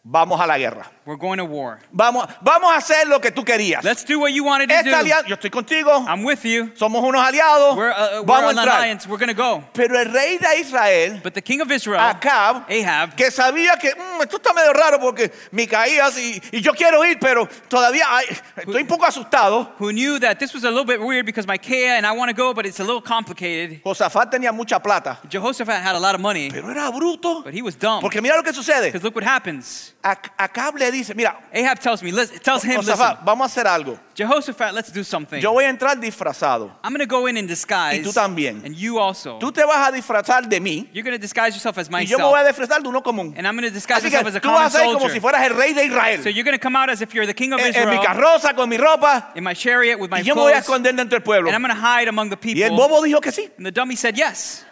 Speaker 1: vamos a la guerra.
Speaker 2: we're going to war.
Speaker 1: Vamos, vamos a hacer lo que tú querías.
Speaker 2: Let's do what you wanted to
Speaker 1: Esta
Speaker 2: do.
Speaker 1: alianza, yo estoy contigo.
Speaker 2: I'm with you.
Speaker 1: Somos unos aliados.
Speaker 2: We're, uh, we're
Speaker 1: vamos a
Speaker 2: an
Speaker 1: entrar.
Speaker 2: alliance. We're going to go.
Speaker 1: Pero el rey de Israel,
Speaker 2: But the king of Israel,
Speaker 1: Ah, Acab,
Speaker 2: Ahab,
Speaker 1: que sabía que "Mm, esto está medio raro porque Micaías y, y yo quiero ir, pero todavía ay, estoy un poco asustado.
Speaker 2: who knew that this was a little bit weird because Micaiah and I want to go, but it's a little complicated.
Speaker 1: Josafat tenía mucha plata,
Speaker 2: Jehoshaphat had a lot of money,
Speaker 1: pero era bruto.
Speaker 2: but he was dumb.
Speaker 1: Porque mira lo que sucede.
Speaker 2: Because look what happens.
Speaker 1: Ac- Acab le dice, mira,
Speaker 2: Ahab tells me, lis- tells
Speaker 1: Oh,
Speaker 2: him, listen,
Speaker 1: Josafat, vamos a hacer algo.
Speaker 2: Jehoshaphat, let's do something.
Speaker 1: Yo voy a entrar disfrazado.
Speaker 2: I'm going to go in in disguise.
Speaker 1: Y tú también.
Speaker 2: And you also.
Speaker 1: Tú te vas a disfrazar de mí
Speaker 2: You're going to disguise yourself as
Speaker 1: y yo me voy
Speaker 2: myself.
Speaker 1: a disfrazar de uno común.
Speaker 2: And I'm going to disguise
Speaker 1: Así que
Speaker 2: myself as a
Speaker 1: tú
Speaker 2: common
Speaker 1: vas a ir como
Speaker 2: soldier.
Speaker 1: si fueras el rey de
Speaker 2: So
Speaker 1: Israel.
Speaker 2: you're going to come out as if you're the king of
Speaker 1: En, en mi
Speaker 2: Israel
Speaker 1: carroza, con mi ropa,
Speaker 2: in my chariot with my
Speaker 1: y yo me voy a
Speaker 2: clothes,
Speaker 1: esconder dentro del pueblo.
Speaker 2: and I'm going to hide among the
Speaker 1: Y el
Speaker 2: people.
Speaker 1: bobo dijo que sí.
Speaker 2: And the dummy said yes.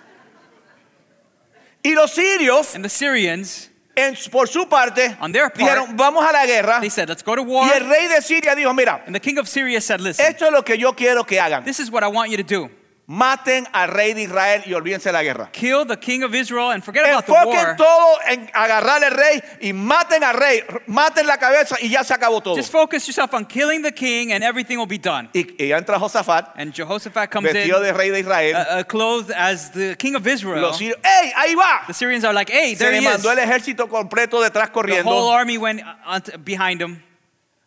Speaker 1: Y los sirios,
Speaker 2: And the Syrians,
Speaker 1: en- por su parte,
Speaker 2: On their part,
Speaker 1: dijeron, vamos a la guerra.
Speaker 2: they said, let's go to war.
Speaker 1: Y el rey Eh, de Siria dijo, mira,
Speaker 2: And the king of Syria said, listen,
Speaker 1: esto es lo que yo quiero que hagan.
Speaker 2: this is what I want you to do.
Speaker 1: Maten al rey de Israel y olvídense de la guerra.
Speaker 2: Kill the king of Israel and forget about the
Speaker 1: Enfoquen
Speaker 2: war.
Speaker 1: todo en agarrar al rey y maten al rey, r- maten la cabeza y ya se acabó todo.
Speaker 2: Just focus yourself on killing the king and everything will be done.
Speaker 1: Y, y entra Josafat,
Speaker 2: And Jehoshaphat comes in,
Speaker 1: vestido
Speaker 2: uh,
Speaker 1: de rey de Israel.
Speaker 2: uh, clothed as the king of Israel.
Speaker 1: Los sirios, ¡ey, ahí va!
Speaker 2: The Syrians are like, hey,
Speaker 1: Se
Speaker 2: there
Speaker 1: le
Speaker 2: he is.
Speaker 1: mandó el ejército completo detrás
Speaker 2: The whole
Speaker 1: corriendo.
Speaker 2: army went uh, on t- behind him.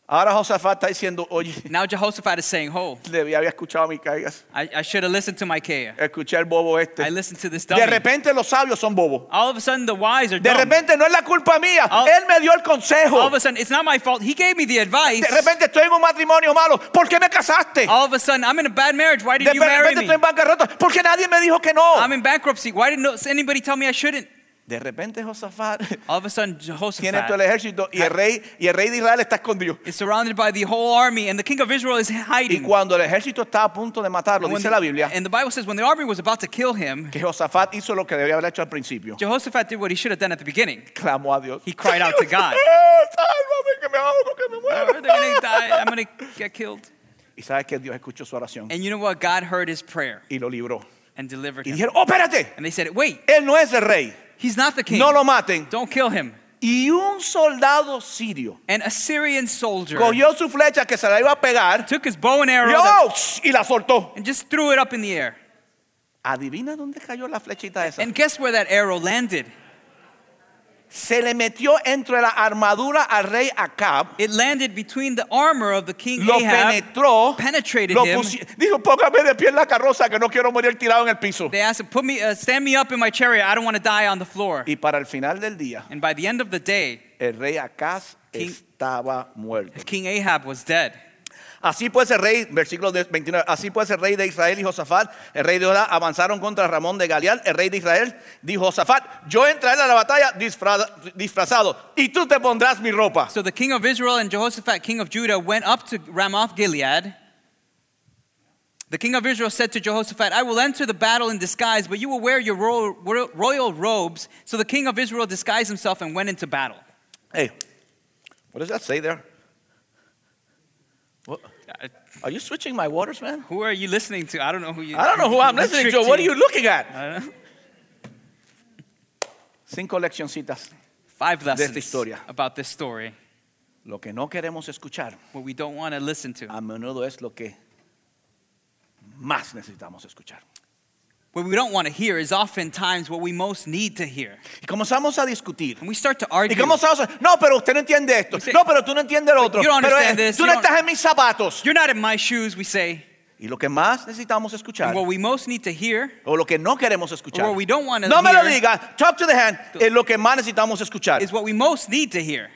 Speaker 1: Ahora Josafat está diciendo, oye, *laughs*
Speaker 2: Now Jehoshaphat is saying, Ho,
Speaker 1: debía haber escuchado a Micaías,
Speaker 2: I, I should have listened to Micaiah.
Speaker 1: escuché al bobo
Speaker 2: I
Speaker 1: este.
Speaker 2: listened to this
Speaker 1: De
Speaker 2: dummy.
Speaker 1: repente los sabios son bobos.
Speaker 2: All of a sudden, the wise are
Speaker 1: De
Speaker 2: dumb.
Speaker 1: repente no es la culpa mía,
Speaker 2: All-
Speaker 1: él me dio el
Speaker 2: All
Speaker 1: consejo.
Speaker 2: of a sudden, it's not my fault. He gave me the advice.
Speaker 1: De repente estoy en un matrimonio malo, ¿por qué me casaste?
Speaker 2: All of a sudden, I'm in a bad marriage. Why
Speaker 1: De
Speaker 2: did you marry
Speaker 1: repente
Speaker 2: me?
Speaker 1: estoy en bancarrota, porque nadie me dijo que no.
Speaker 2: I'm in bankruptcy. Why didn't no- anybody tell me I shouldn't?
Speaker 1: De repente Josafat *laughs*
Speaker 2: All of a sudden,
Speaker 1: tiene todo el
Speaker 2: Jehoshaphat
Speaker 1: ejército y el rey y el rey de Israel está escondido.
Speaker 2: is surrounded by the whole army, and the king of Israel is
Speaker 1: Y
Speaker 2: hiding.
Speaker 1: cuando el ejército está a punto de matarlo,
Speaker 2: And when
Speaker 1: dice
Speaker 2: the-
Speaker 1: la Biblia
Speaker 2: and the Bible says when the army was about to kill him,
Speaker 1: que Josafat hizo lo que debía haber hecho al principio.
Speaker 2: Jehoshaphat did what he should have done at the *laughs* beginning.
Speaker 1: Clamó a Dios.
Speaker 2: He
Speaker 1: *laughs*
Speaker 2: cried out to God.
Speaker 1: Sálvame, que me ahogo, que me
Speaker 2: Or they're
Speaker 1: muero.
Speaker 2: *laughs* gonna die. I'm gonna get killed.
Speaker 1: Y sabes que Dios escuchó su oración
Speaker 2: And you know what? God heard his prayer
Speaker 1: y lo libró.
Speaker 2: and delivered
Speaker 1: Y
Speaker 2: him.
Speaker 1: dijeron, oh, espérate,
Speaker 2: And they said, "Wait,
Speaker 1: él no es el rey,
Speaker 2: he's not the king.
Speaker 1: no lo maten.
Speaker 2: Don't kill him."
Speaker 1: Y un soldado sirio
Speaker 2: An Assyrian soldier
Speaker 1: cogió su flecha que se la iba a pegar
Speaker 2: took his bow and arrow
Speaker 1: y, ¡oh! y la soltó.
Speaker 2: and just threw it up in the air.
Speaker 1: Adivina dónde cayó la flechita esa.
Speaker 2: And guess where that arrow landed?
Speaker 1: Se le metió entre la armadura al rey Acab,
Speaker 2: It landed between the armor of the king
Speaker 1: lo
Speaker 2: Ahab.
Speaker 1: penetró,
Speaker 2: penetrated
Speaker 1: lo
Speaker 2: him.
Speaker 1: pusi- dijo, póngame de pie en la carroza que no quiero morir tirado en el piso.
Speaker 2: They asked him, "Put me, uh, stand me up in my chariot. I don't want to die on the floor."
Speaker 1: Y para el final del día,
Speaker 2: And by the end of the day,
Speaker 1: el rey Acab
Speaker 2: King-
Speaker 1: estaba muerto.
Speaker 2: King Ahab was dead.
Speaker 1: Así pues el rey, versículo de- 29, así pues el rey de Israel y Josafat, el rey de Judá, avanzaron contra Ramón de Galeal, el rey de Israel, dijo Josafat, yo entraré a la batalla disfra- disfrazado y tú te pondrás mi ropa.
Speaker 2: So the king of Israel and Jehoshaphat, king of Judah, went up to Ramoth Gilead. The king of Israel said to Jehoshaphat, I will enter the battle in disguise, but you will wear your royal, ro- royal robes. So the king of Israel disguised himself and went into battle.
Speaker 1: Hey, Eh, what does that say there? What- Are you switching my waters, man?
Speaker 2: Uh, Who are you listening to? I don't know who you
Speaker 1: I don't
Speaker 2: *laughs*
Speaker 1: know who I'm listening to. What are you looking at?
Speaker 2: I don't know.
Speaker 1: Cinco leccioncitas.
Speaker 2: Five lessons
Speaker 1: historia.
Speaker 2: about this story.
Speaker 1: Lo que no queremos escuchar
Speaker 2: What we don't want to listen to.
Speaker 1: a menudo es lo que más necesitamos escuchar.
Speaker 2: What we don't want to hear is oftentimes what we most need to hear.
Speaker 1: Y comenzamos a discutir.
Speaker 2: And we start to
Speaker 1: Y
Speaker 2: argue.
Speaker 1: comenzamos a, no, pero usted no entiende esto.
Speaker 2: Sí.
Speaker 1: No, pero tú no entiendes lo otro.
Speaker 2: You don't
Speaker 1: Pero eh,
Speaker 2: understand this.
Speaker 1: tú
Speaker 2: You
Speaker 1: no
Speaker 2: don't-
Speaker 1: estás en mis zapatos.
Speaker 2: You're not in my shoes, we say.
Speaker 1: Y lo que más necesitamos escuchar,
Speaker 2: And what we most need to hear
Speaker 1: o lo que no queremos escuchar,
Speaker 2: Or what we don't wanna
Speaker 1: no me lo
Speaker 2: hear.
Speaker 1: diga, talk to the hand, es lo que más necesitamos escuchar.
Speaker 2: is what we most need to hear.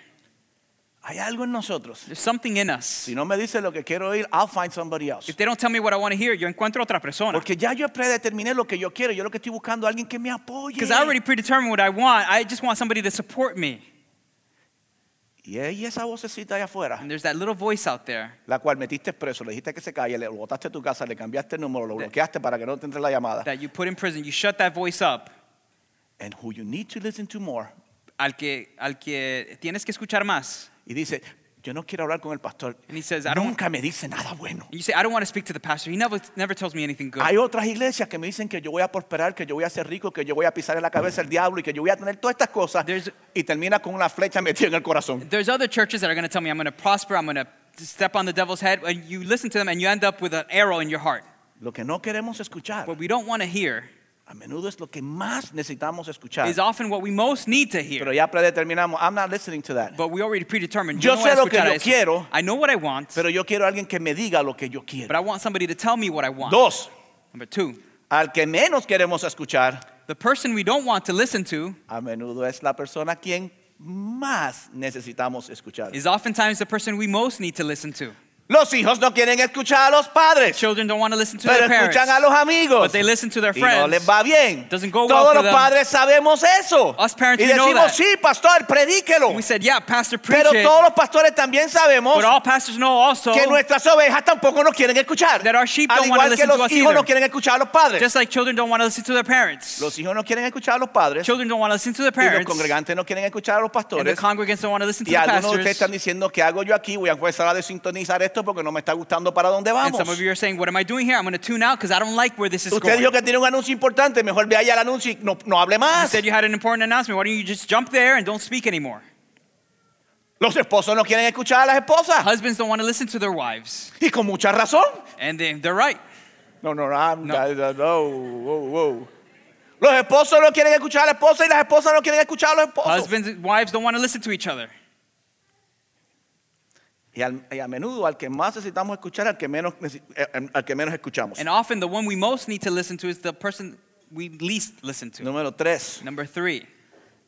Speaker 1: Hay algo en nosotros.
Speaker 2: There's something in us.
Speaker 1: Si no me dice lo que quiero oír, I'll find somebody else.
Speaker 2: If they don't tell me what I want to hear, yo encuentro otra persona.
Speaker 1: Porque ya yo predeterminé lo que yo quiero. Yo lo que estoy buscando es alguien que me apoye.
Speaker 2: Because I already predetermined what I want. I just want somebody to support me.
Speaker 1: Y hay esa vocecita allá afuera,
Speaker 2: And there's that little voice out there
Speaker 1: la cual metiste preso, le dijiste que se calle, le botaste a tu casa, le cambiaste el número, lo
Speaker 2: That-
Speaker 1: bloqueaste para que no te entre la llamada.
Speaker 2: that you put in prison. You shut that voice up.
Speaker 1: And who you need to listen to more.
Speaker 2: Al que, al que tienes que escuchar más.
Speaker 1: Y dice, yo no quiero hablar con el pastor.
Speaker 2: And he says, I don't-
Speaker 1: Nunca me dice nada bueno.
Speaker 2: And you say, I don't want to speak to the pastor. He never, never tells me anything good.
Speaker 1: Hay otras iglesias que me dicen que yo voy a prosperar, que yo voy a ser rico, que yo voy a pisar en la cabeza el diablo y que yo voy a tener todas estas cosas.
Speaker 2: There's-
Speaker 1: Y termina con una flecha *laughs* metida en el corazón.
Speaker 2: There's other churches that are going to tell me I'm going to prosper. I'm going to step on the devil's head. And you listen to them and you end up with an arrow in your heart.
Speaker 1: Lo que no queremos escuchar,
Speaker 2: What we don't want to hear
Speaker 1: a menudo es lo que más necesitamos escuchar.
Speaker 2: is often what we most need to hear.
Speaker 1: Pero ya predeterminamos, I'm not listening to that.
Speaker 2: But we already predetermined.
Speaker 1: Yo
Speaker 2: no
Speaker 1: sé
Speaker 2: voy a
Speaker 1: lo que
Speaker 2: escuchar
Speaker 1: yo
Speaker 2: eso.
Speaker 1: quiero.
Speaker 2: I know what I want,
Speaker 1: Pero yo quiero a alguien que me diga lo que yo
Speaker 2: but
Speaker 1: quiero.
Speaker 2: I want somebody to tell me what I want.
Speaker 1: Dos,
Speaker 2: Number two,
Speaker 1: al que menos queremos escuchar,
Speaker 2: the person we don't want to listen to
Speaker 1: a menudo es la persona a quien más necesitamos escuchar.
Speaker 2: is oftentimes the person we most need to listen to.
Speaker 1: Los hijos no quieren escuchar a los padres,
Speaker 2: Children don't want to listen to
Speaker 1: pero
Speaker 2: their parents,
Speaker 1: escuchan a los amigos.
Speaker 2: but they listen to their
Speaker 1: Y no
Speaker 2: friends.
Speaker 1: les va bien.
Speaker 2: Doesn't go well
Speaker 1: Todos
Speaker 2: for
Speaker 1: los
Speaker 2: them.
Speaker 1: padres sabemos eso.
Speaker 2: Us parents,
Speaker 1: y
Speaker 2: we know
Speaker 1: decimos,
Speaker 2: that.
Speaker 1: sí, pastor, predíquelo.
Speaker 2: we said, yeah, pastor, preach
Speaker 1: Pero
Speaker 2: it.
Speaker 1: todos los pastores también sabemos
Speaker 2: But all pastors know also,
Speaker 1: que nuestras ovejas tampoco nos quieren escuchar.
Speaker 2: That our sheep
Speaker 1: Al
Speaker 2: don't wanna
Speaker 1: igual que
Speaker 2: listen
Speaker 1: los
Speaker 2: to us
Speaker 1: hijos no
Speaker 2: either.
Speaker 1: quieren escuchar a los padres.
Speaker 2: just like children don't want to listen to their parents,
Speaker 1: los hijos no quieren escuchar a los padres.
Speaker 2: children don't want to listen to their
Speaker 1: Y los
Speaker 2: parents,
Speaker 1: congregantes no quieren escuchar a los
Speaker 2: and the
Speaker 1: pastores.
Speaker 2: congregants don't want to listen to
Speaker 1: Y
Speaker 2: the
Speaker 1: algunos de ustedes
Speaker 2: pastors.
Speaker 1: están diciendo, ¿qué hago yo aquí? Voy a empezar a desintonizar esto porque no me está gustando para dónde
Speaker 2: and
Speaker 1: vamos.
Speaker 2: some of you are saying, what am I doing here? I'm going to tune out because I don't like where this is
Speaker 1: Usted
Speaker 2: going.
Speaker 1: dijo que tiene un anuncio importante, mejor ve allá el anuncio y no, no hable
Speaker 2: You
Speaker 1: más.
Speaker 2: said you had an important announcement. Why don't you just jump there and don't speak anymore?
Speaker 1: Los esposos no quieren escuchar a las esposas.
Speaker 2: Husbands don't want to listen to their wives,
Speaker 1: Y con mucha razón.
Speaker 2: and they, they're right.
Speaker 1: No, no, no,
Speaker 2: No.
Speaker 1: no, no, wow, wow. Los esposos no quieren escuchar a la esposa y las esposas Oh. no quieren escuchar a los esposos.
Speaker 2: Husbands and wives don't want to listen to each other.
Speaker 1: Y, al- y a menudo al que más necesitamos escuchar, al que menos, neci- eh, al que menos escuchamos.
Speaker 2: And often the one we most need to listen to is the person we least listen to.
Speaker 1: Número tres,
Speaker 2: Number three,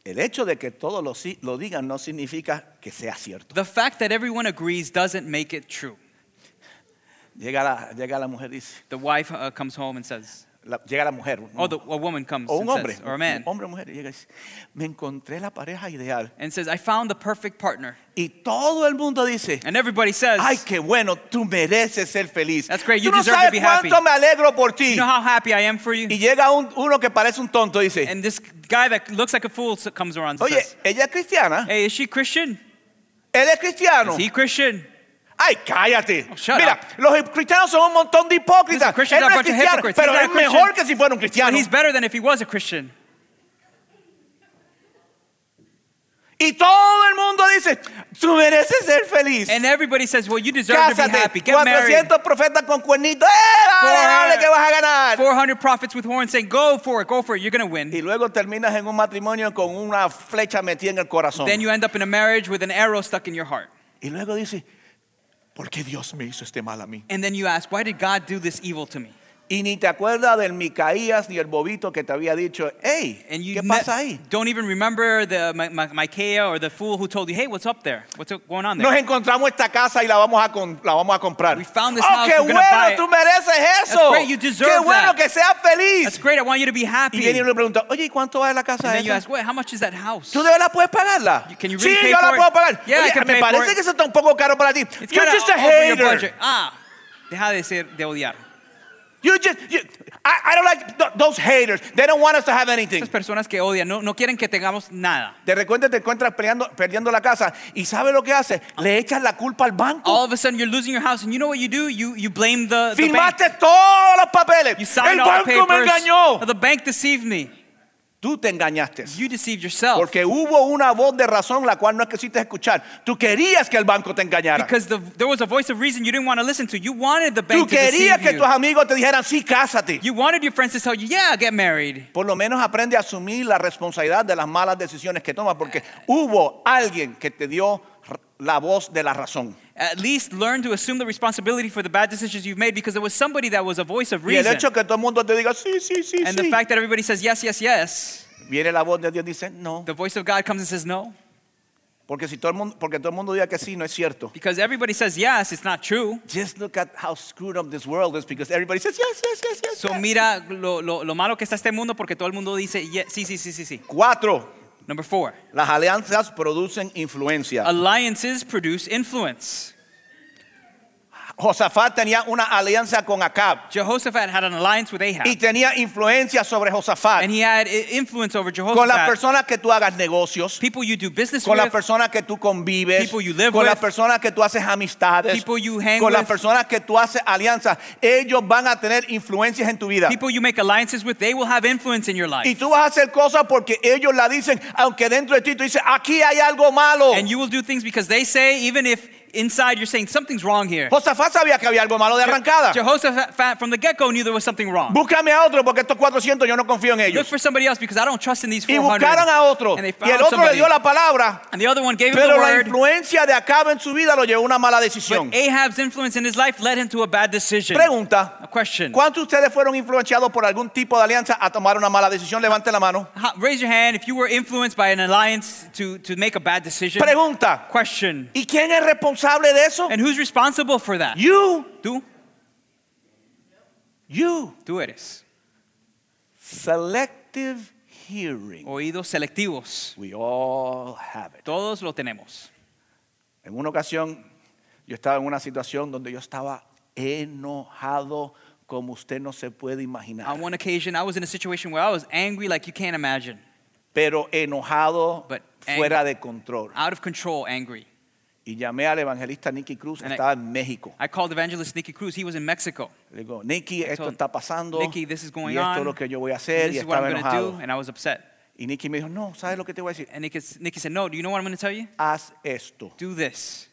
Speaker 1: el hecho de que todos lo, si- lo digan no significa que sea cierto.
Speaker 2: the fact that everyone agrees doesn't make it true.
Speaker 1: Llega la, llega la mujer, dice,
Speaker 2: The wife uh, comes home and says,
Speaker 1: la- llega la mujer, un-
Speaker 2: or the, a woman comes
Speaker 1: o un
Speaker 2: and
Speaker 1: Oh, hombre,
Speaker 2: says, Oh, or a man,
Speaker 1: un hombre o mujer, y llega y dice, me encontré la pareja ideal.
Speaker 2: and says, I found the perfect partner.
Speaker 1: Y todo el mundo dice,
Speaker 2: And everybody says,
Speaker 1: Ay, qué bueno, tú mereces ser feliz.
Speaker 2: That's great, you
Speaker 1: tú no
Speaker 2: deserve to
Speaker 1: sabes
Speaker 2: be happy.
Speaker 1: cuánto me alegro por ti.
Speaker 2: You know how happy I am for you?
Speaker 1: y llega un- uno que parece un tonto y dice,
Speaker 2: And this guy that looks like a fool s- comes around and
Speaker 1: oye,
Speaker 2: says,
Speaker 1: ella es cristiana,
Speaker 2: Hey, is she Christian?
Speaker 1: él es cristiano.
Speaker 2: Is he Christian?
Speaker 1: Ay, cállate.
Speaker 2: Oh, shut
Speaker 1: Mira, los cristianos son un montón de hipócritas.
Speaker 2: Listen, Christians
Speaker 1: él no
Speaker 2: are a
Speaker 1: es
Speaker 2: bunch of
Speaker 1: cristiano,
Speaker 2: hypocrites.
Speaker 1: pero
Speaker 2: He's not
Speaker 1: es
Speaker 2: a Christian.
Speaker 1: mejor que si fuera un
Speaker 2: But
Speaker 1: cristiano.
Speaker 2: he's better than if he was a Christian.
Speaker 1: Y todo el mundo dice, tú mereces ser feliz.
Speaker 2: And everybody says, Well, you deserve to be happy.
Speaker 1: Cásate,
Speaker 2: Get married.
Speaker 1: 400 profetas con cuernitos. ¡Eh, dale, dale, que vas a ganar!
Speaker 2: 400 prophets with horns saying, Go for it, go for it, you're going to win.
Speaker 1: Y luego terminas en un matrimonio con una flecha metida en el corazón.
Speaker 2: Then you end up in a marriage with an arrow stuck in your heart.
Speaker 1: Y luego dice, ¿por qué Dios me hizo este mal a mí?
Speaker 2: And then you ask, Why did God do this evil to me?
Speaker 1: Y ni te acuerdas del Micaías ni el bobito que te había dicho, hey,
Speaker 2: And you
Speaker 1: ¿qué
Speaker 2: ne-
Speaker 1: pasa ahí?
Speaker 2: don't even remember the Mi- Mi- Micaiah or the fool who told you, Hey, what's up there? What's going on there?
Speaker 1: Nos encontramos esta casa y la vamos a, con- la vamos a comprar.
Speaker 2: We found this
Speaker 1: oh,
Speaker 2: house,
Speaker 1: qué
Speaker 2: we're gonna
Speaker 1: bueno,
Speaker 2: buy it.
Speaker 1: tú mereces eso.
Speaker 2: That's great, you deserve
Speaker 1: qué bueno
Speaker 2: that.
Speaker 1: que seas
Speaker 2: That's
Speaker 1: feliz.
Speaker 2: great. I want you to be
Speaker 1: Y
Speaker 2: happy.
Speaker 1: viene y le pregunta, oye, ¿y cuánto vale la
Speaker 2: And
Speaker 1: casa
Speaker 2: then you
Speaker 1: esa?
Speaker 2: ask, wait, how much is that house?
Speaker 1: ¿Tú de verdad puedes pagarla?
Speaker 2: You- can you
Speaker 1: sí,
Speaker 2: really pay
Speaker 1: yo la
Speaker 2: for it?
Speaker 1: puedo pagar.
Speaker 2: Yeah, I
Speaker 1: Oye,
Speaker 2: can
Speaker 1: me
Speaker 2: pay for
Speaker 1: parece
Speaker 2: it.
Speaker 1: que eso está un poco caro para ti.
Speaker 2: It's
Speaker 1: You're
Speaker 2: kinda
Speaker 1: just a
Speaker 2: over your
Speaker 1: hater.
Speaker 2: budget. Ah, deja de, ser, de odiar.
Speaker 1: You just, you, I, I don't like th- those haters. They don't want us to have anything.
Speaker 2: Esas personas que odian, no, no quieren que tengamos nada.
Speaker 1: De repente te encuentras peleando, perdiendo la casa y ¿sabes lo que haces? Le echas la culpa al banco.
Speaker 2: All of a sudden, you're losing your house, and you know what you do? You, you blame the, the bank.
Speaker 1: Firmaste todos los papeles.
Speaker 2: You sign
Speaker 1: El
Speaker 2: all the
Speaker 1: banco me
Speaker 2: papers.
Speaker 1: engañó.
Speaker 2: The bank deceived me.
Speaker 1: Tú te engañaste.
Speaker 2: You deceived yourself.
Speaker 1: Porque hubo una voz de razón la cual no quisiste escuchar. Tú querías que el banco te engañara.
Speaker 2: Because the, there was a voice of reason you didn't want to listen to. You wanted the
Speaker 1: Tú
Speaker 2: bank to
Speaker 1: querías
Speaker 2: deceive
Speaker 1: que
Speaker 2: you.
Speaker 1: tus amigos te dijeran, sí, cásate.
Speaker 2: You wanted your friends to tell you, yeah, get married.
Speaker 1: Por lo menos aprende a asumir la responsabilidad de las malas decisiones que tomas porque hubo alguien que te dio r- la voz de la razón.
Speaker 2: At least learn to assume the responsibility for the bad decisions you've made because there was somebody that was a voice of
Speaker 1: Y el
Speaker 2: reason.
Speaker 1: hecho que todo el mundo te diga, sí, sí, sí,
Speaker 2: And
Speaker 1: sí.
Speaker 2: the fact that everybody says yes, yes, yes,
Speaker 1: Viene la voz de Dios y dice, no.
Speaker 2: the voice of God comes and says no.
Speaker 1: Porque si todo el mundo, porque todo el mundo diga que sí, no es cierto.
Speaker 2: Because everybody says yes, it's not true.
Speaker 1: Just look at how screwed up this world is because everybody says yes, yes, yes, yes.
Speaker 2: So
Speaker 1: yes."
Speaker 2: mira lo, lo, lo malo que está este mundo porque todo el mundo dice yes, sí, sí, sí, sí, sí.
Speaker 1: Cuatro,
Speaker 2: Number four,
Speaker 1: las alianzas producen influencia.
Speaker 2: alliances produce influence.
Speaker 1: Josafat tenía una alianza con Acab
Speaker 2: Jehoshaphat had an alliance with
Speaker 1: y
Speaker 2: Ahab,
Speaker 1: tenía influencia sobre Josafat.
Speaker 2: and he had i- influence over
Speaker 1: Con las
Speaker 2: Jehoshaphat.
Speaker 1: personas que tú hagas negocios,
Speaker 2: People you do business
Speaker 1: con las
Speaker 2: with,
Speaker 1: personas que tú convives,
Speaker 2: People you live
Speaker 1: con las
Speaker 2: with.
Speaker 1: personas que tú haces amistades,
Speaker 2: People you hang
Speaker 1: con las
Speaker 2: with.
Speaker 1: personas que tú haces alianzas, ellos van a tener influencias en tu vida.
Speaker 2: people you make alliances with, they will have influence in your
Speaker 1: Y
Speaker 2: life.
Speaker 1: tú vas a hacer cosas porque ellos la dicen, aunque dentro de ti tú dices, aquí hay algo malo.
Speaker 2: And you will do things because they say, even if inside you're saying something's wrong here.
Speaker 1: Josafat sabía que había algo malo de arrancada.
Speaker 2: Jehoshaphat from the get-go knew there was something wrong.
Speaker 1: Búscame a otro porque estos 400 yo no confío en
Speaker 2: Look
Speaker 1: ellos.
Speaker 2: for somebody else because I don't trust in these
Speaker 1: Y
Speaker 2: 400.
Speaker 1: buscaron a otro.
Speaker 2: And they
Speaker 1: Y
Speaker 2: found
Speaker 1: el otro le
Speaker 2: somebody.
Speaker 1: dio la palabra.
Speaker 2: And the other one gave him the
Speaker 1: Pero la
Speaker 2: word.
Speaker 1: influencia de Acab en su vida lo llevó a una mala decisión.
Speaker 2: But Ahab's influence in his life led him to a bad decision.
Speaker 1: Pregunta.
Speaker 2: A question.
Speaker 1: ¿Cuántos de ustedes fueron influenciados por algún tipo de alianza a tomar una mala decisión? Levante la mano.
Speaker 2: How- raise your hand if you were influenced by an alliance to, to make a bad decision.
Speaker 1: Pregunta.
Speaker 2: Question.
Speaker 1: ¿Y quién es responsable de eso?
Speaker 2: And who's responsible for that?
Speaker 1: You,
Speaker 2: Tú.
Speaker 1: you.
Speaker 2: Tú eres.
Speaker 1: Selective hearing.
Speaker 2: Oídos selectivos.
Speaker 1: We all have it.
Speaker 2: Todos lo tenemos.
Speaker 1: En una ocasión, yo estaba en una situación donde yo estaba enojado como usted no se puede
Speaker 2: On
Speaker 1: imaginar.
Speaker 2: one occasion, I was in a situation where I was angry like you can't imagine.
Speaker 1: Pero enojado
Speaker 2: But ang-
Speaker 1: fuera de control.
Speaker 2: Out of control, angry.
Speaker 1: Y llamé al evangelista Nicky Cruz,
Speaker 2: And I-
Speaker 1: estaba en México.
Speaker 2: I called evangelist Nicky Cruz. He was in Mexico.
Speaker 1: Le digo, Nicky, esto
Speaker 2: told
Speaker 1: está pasando.
Speaker 2: Nicky, this is going
Speaker 1: y esto
Speaker 2: on.
Speaker 1: es lo que yo voy a hacer.
Speaker 2: This
Speaker 1: Y
Speaker 2: is what
Speaker 1: estaba
Speaker 2: I'm going to
Speaker 1: enojado.
Speaker 2: do. And I was upset.
Speaker 1: Y Nicky me dijo, no, ¿sabes lo que te voy a decir?
Speaker 2: And Nicky, Nicky said, No, do you know what I'm going to tell you?
Speaker 1: Haz esto.
Speaker 2: Do this.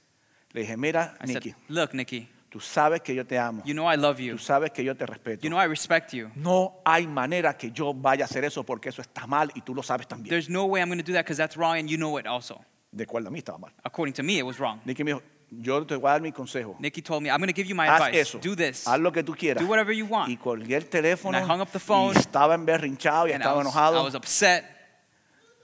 Speaker 1: Le dije, mira,
Speaker 2: I
Speaker 1: Nicky,
Speaker 2: said, Look, Nicky,
Speaker 1: tú sabes que yo te amo.
Speaker 2: you know I love you.
Speaker 1: Tú sabes que yo te respeto.
Speaker 2: You know I respect you.
Speaker 1: no hay manera que yo vaya a hacer eso porque eso está mal y tú lo sabes también.
Speaker 2: There's no way I'm going to do that because that's wrong and you know it also.
Speaker 1: De acuerdo a mí estaba mal.
Speaker 2: According to me, it was wrong.
Speaker 1: Nicky me dijo, yo te voy a dar mi consejo.
Speaker 2: Nikki told me, I'm going to give you my
Speaker 1: Haz
Speaker 2: advice.
Speaker 1: eso.
Speaker 2: Do this.
Speaker 1: Haz lo que tú quieras.
Speaker 2: Do whatever you want.
Speaker 1: Y colgué el teléfono.
Speaker 2: And I hung up the phone.
Speaker 1: y estaba emberrinchado y
Speaker 2: and I
Speaker 1: estaba
Speaker 2: was, I
Speaker 1: enojado.
Speaker 2: was upset,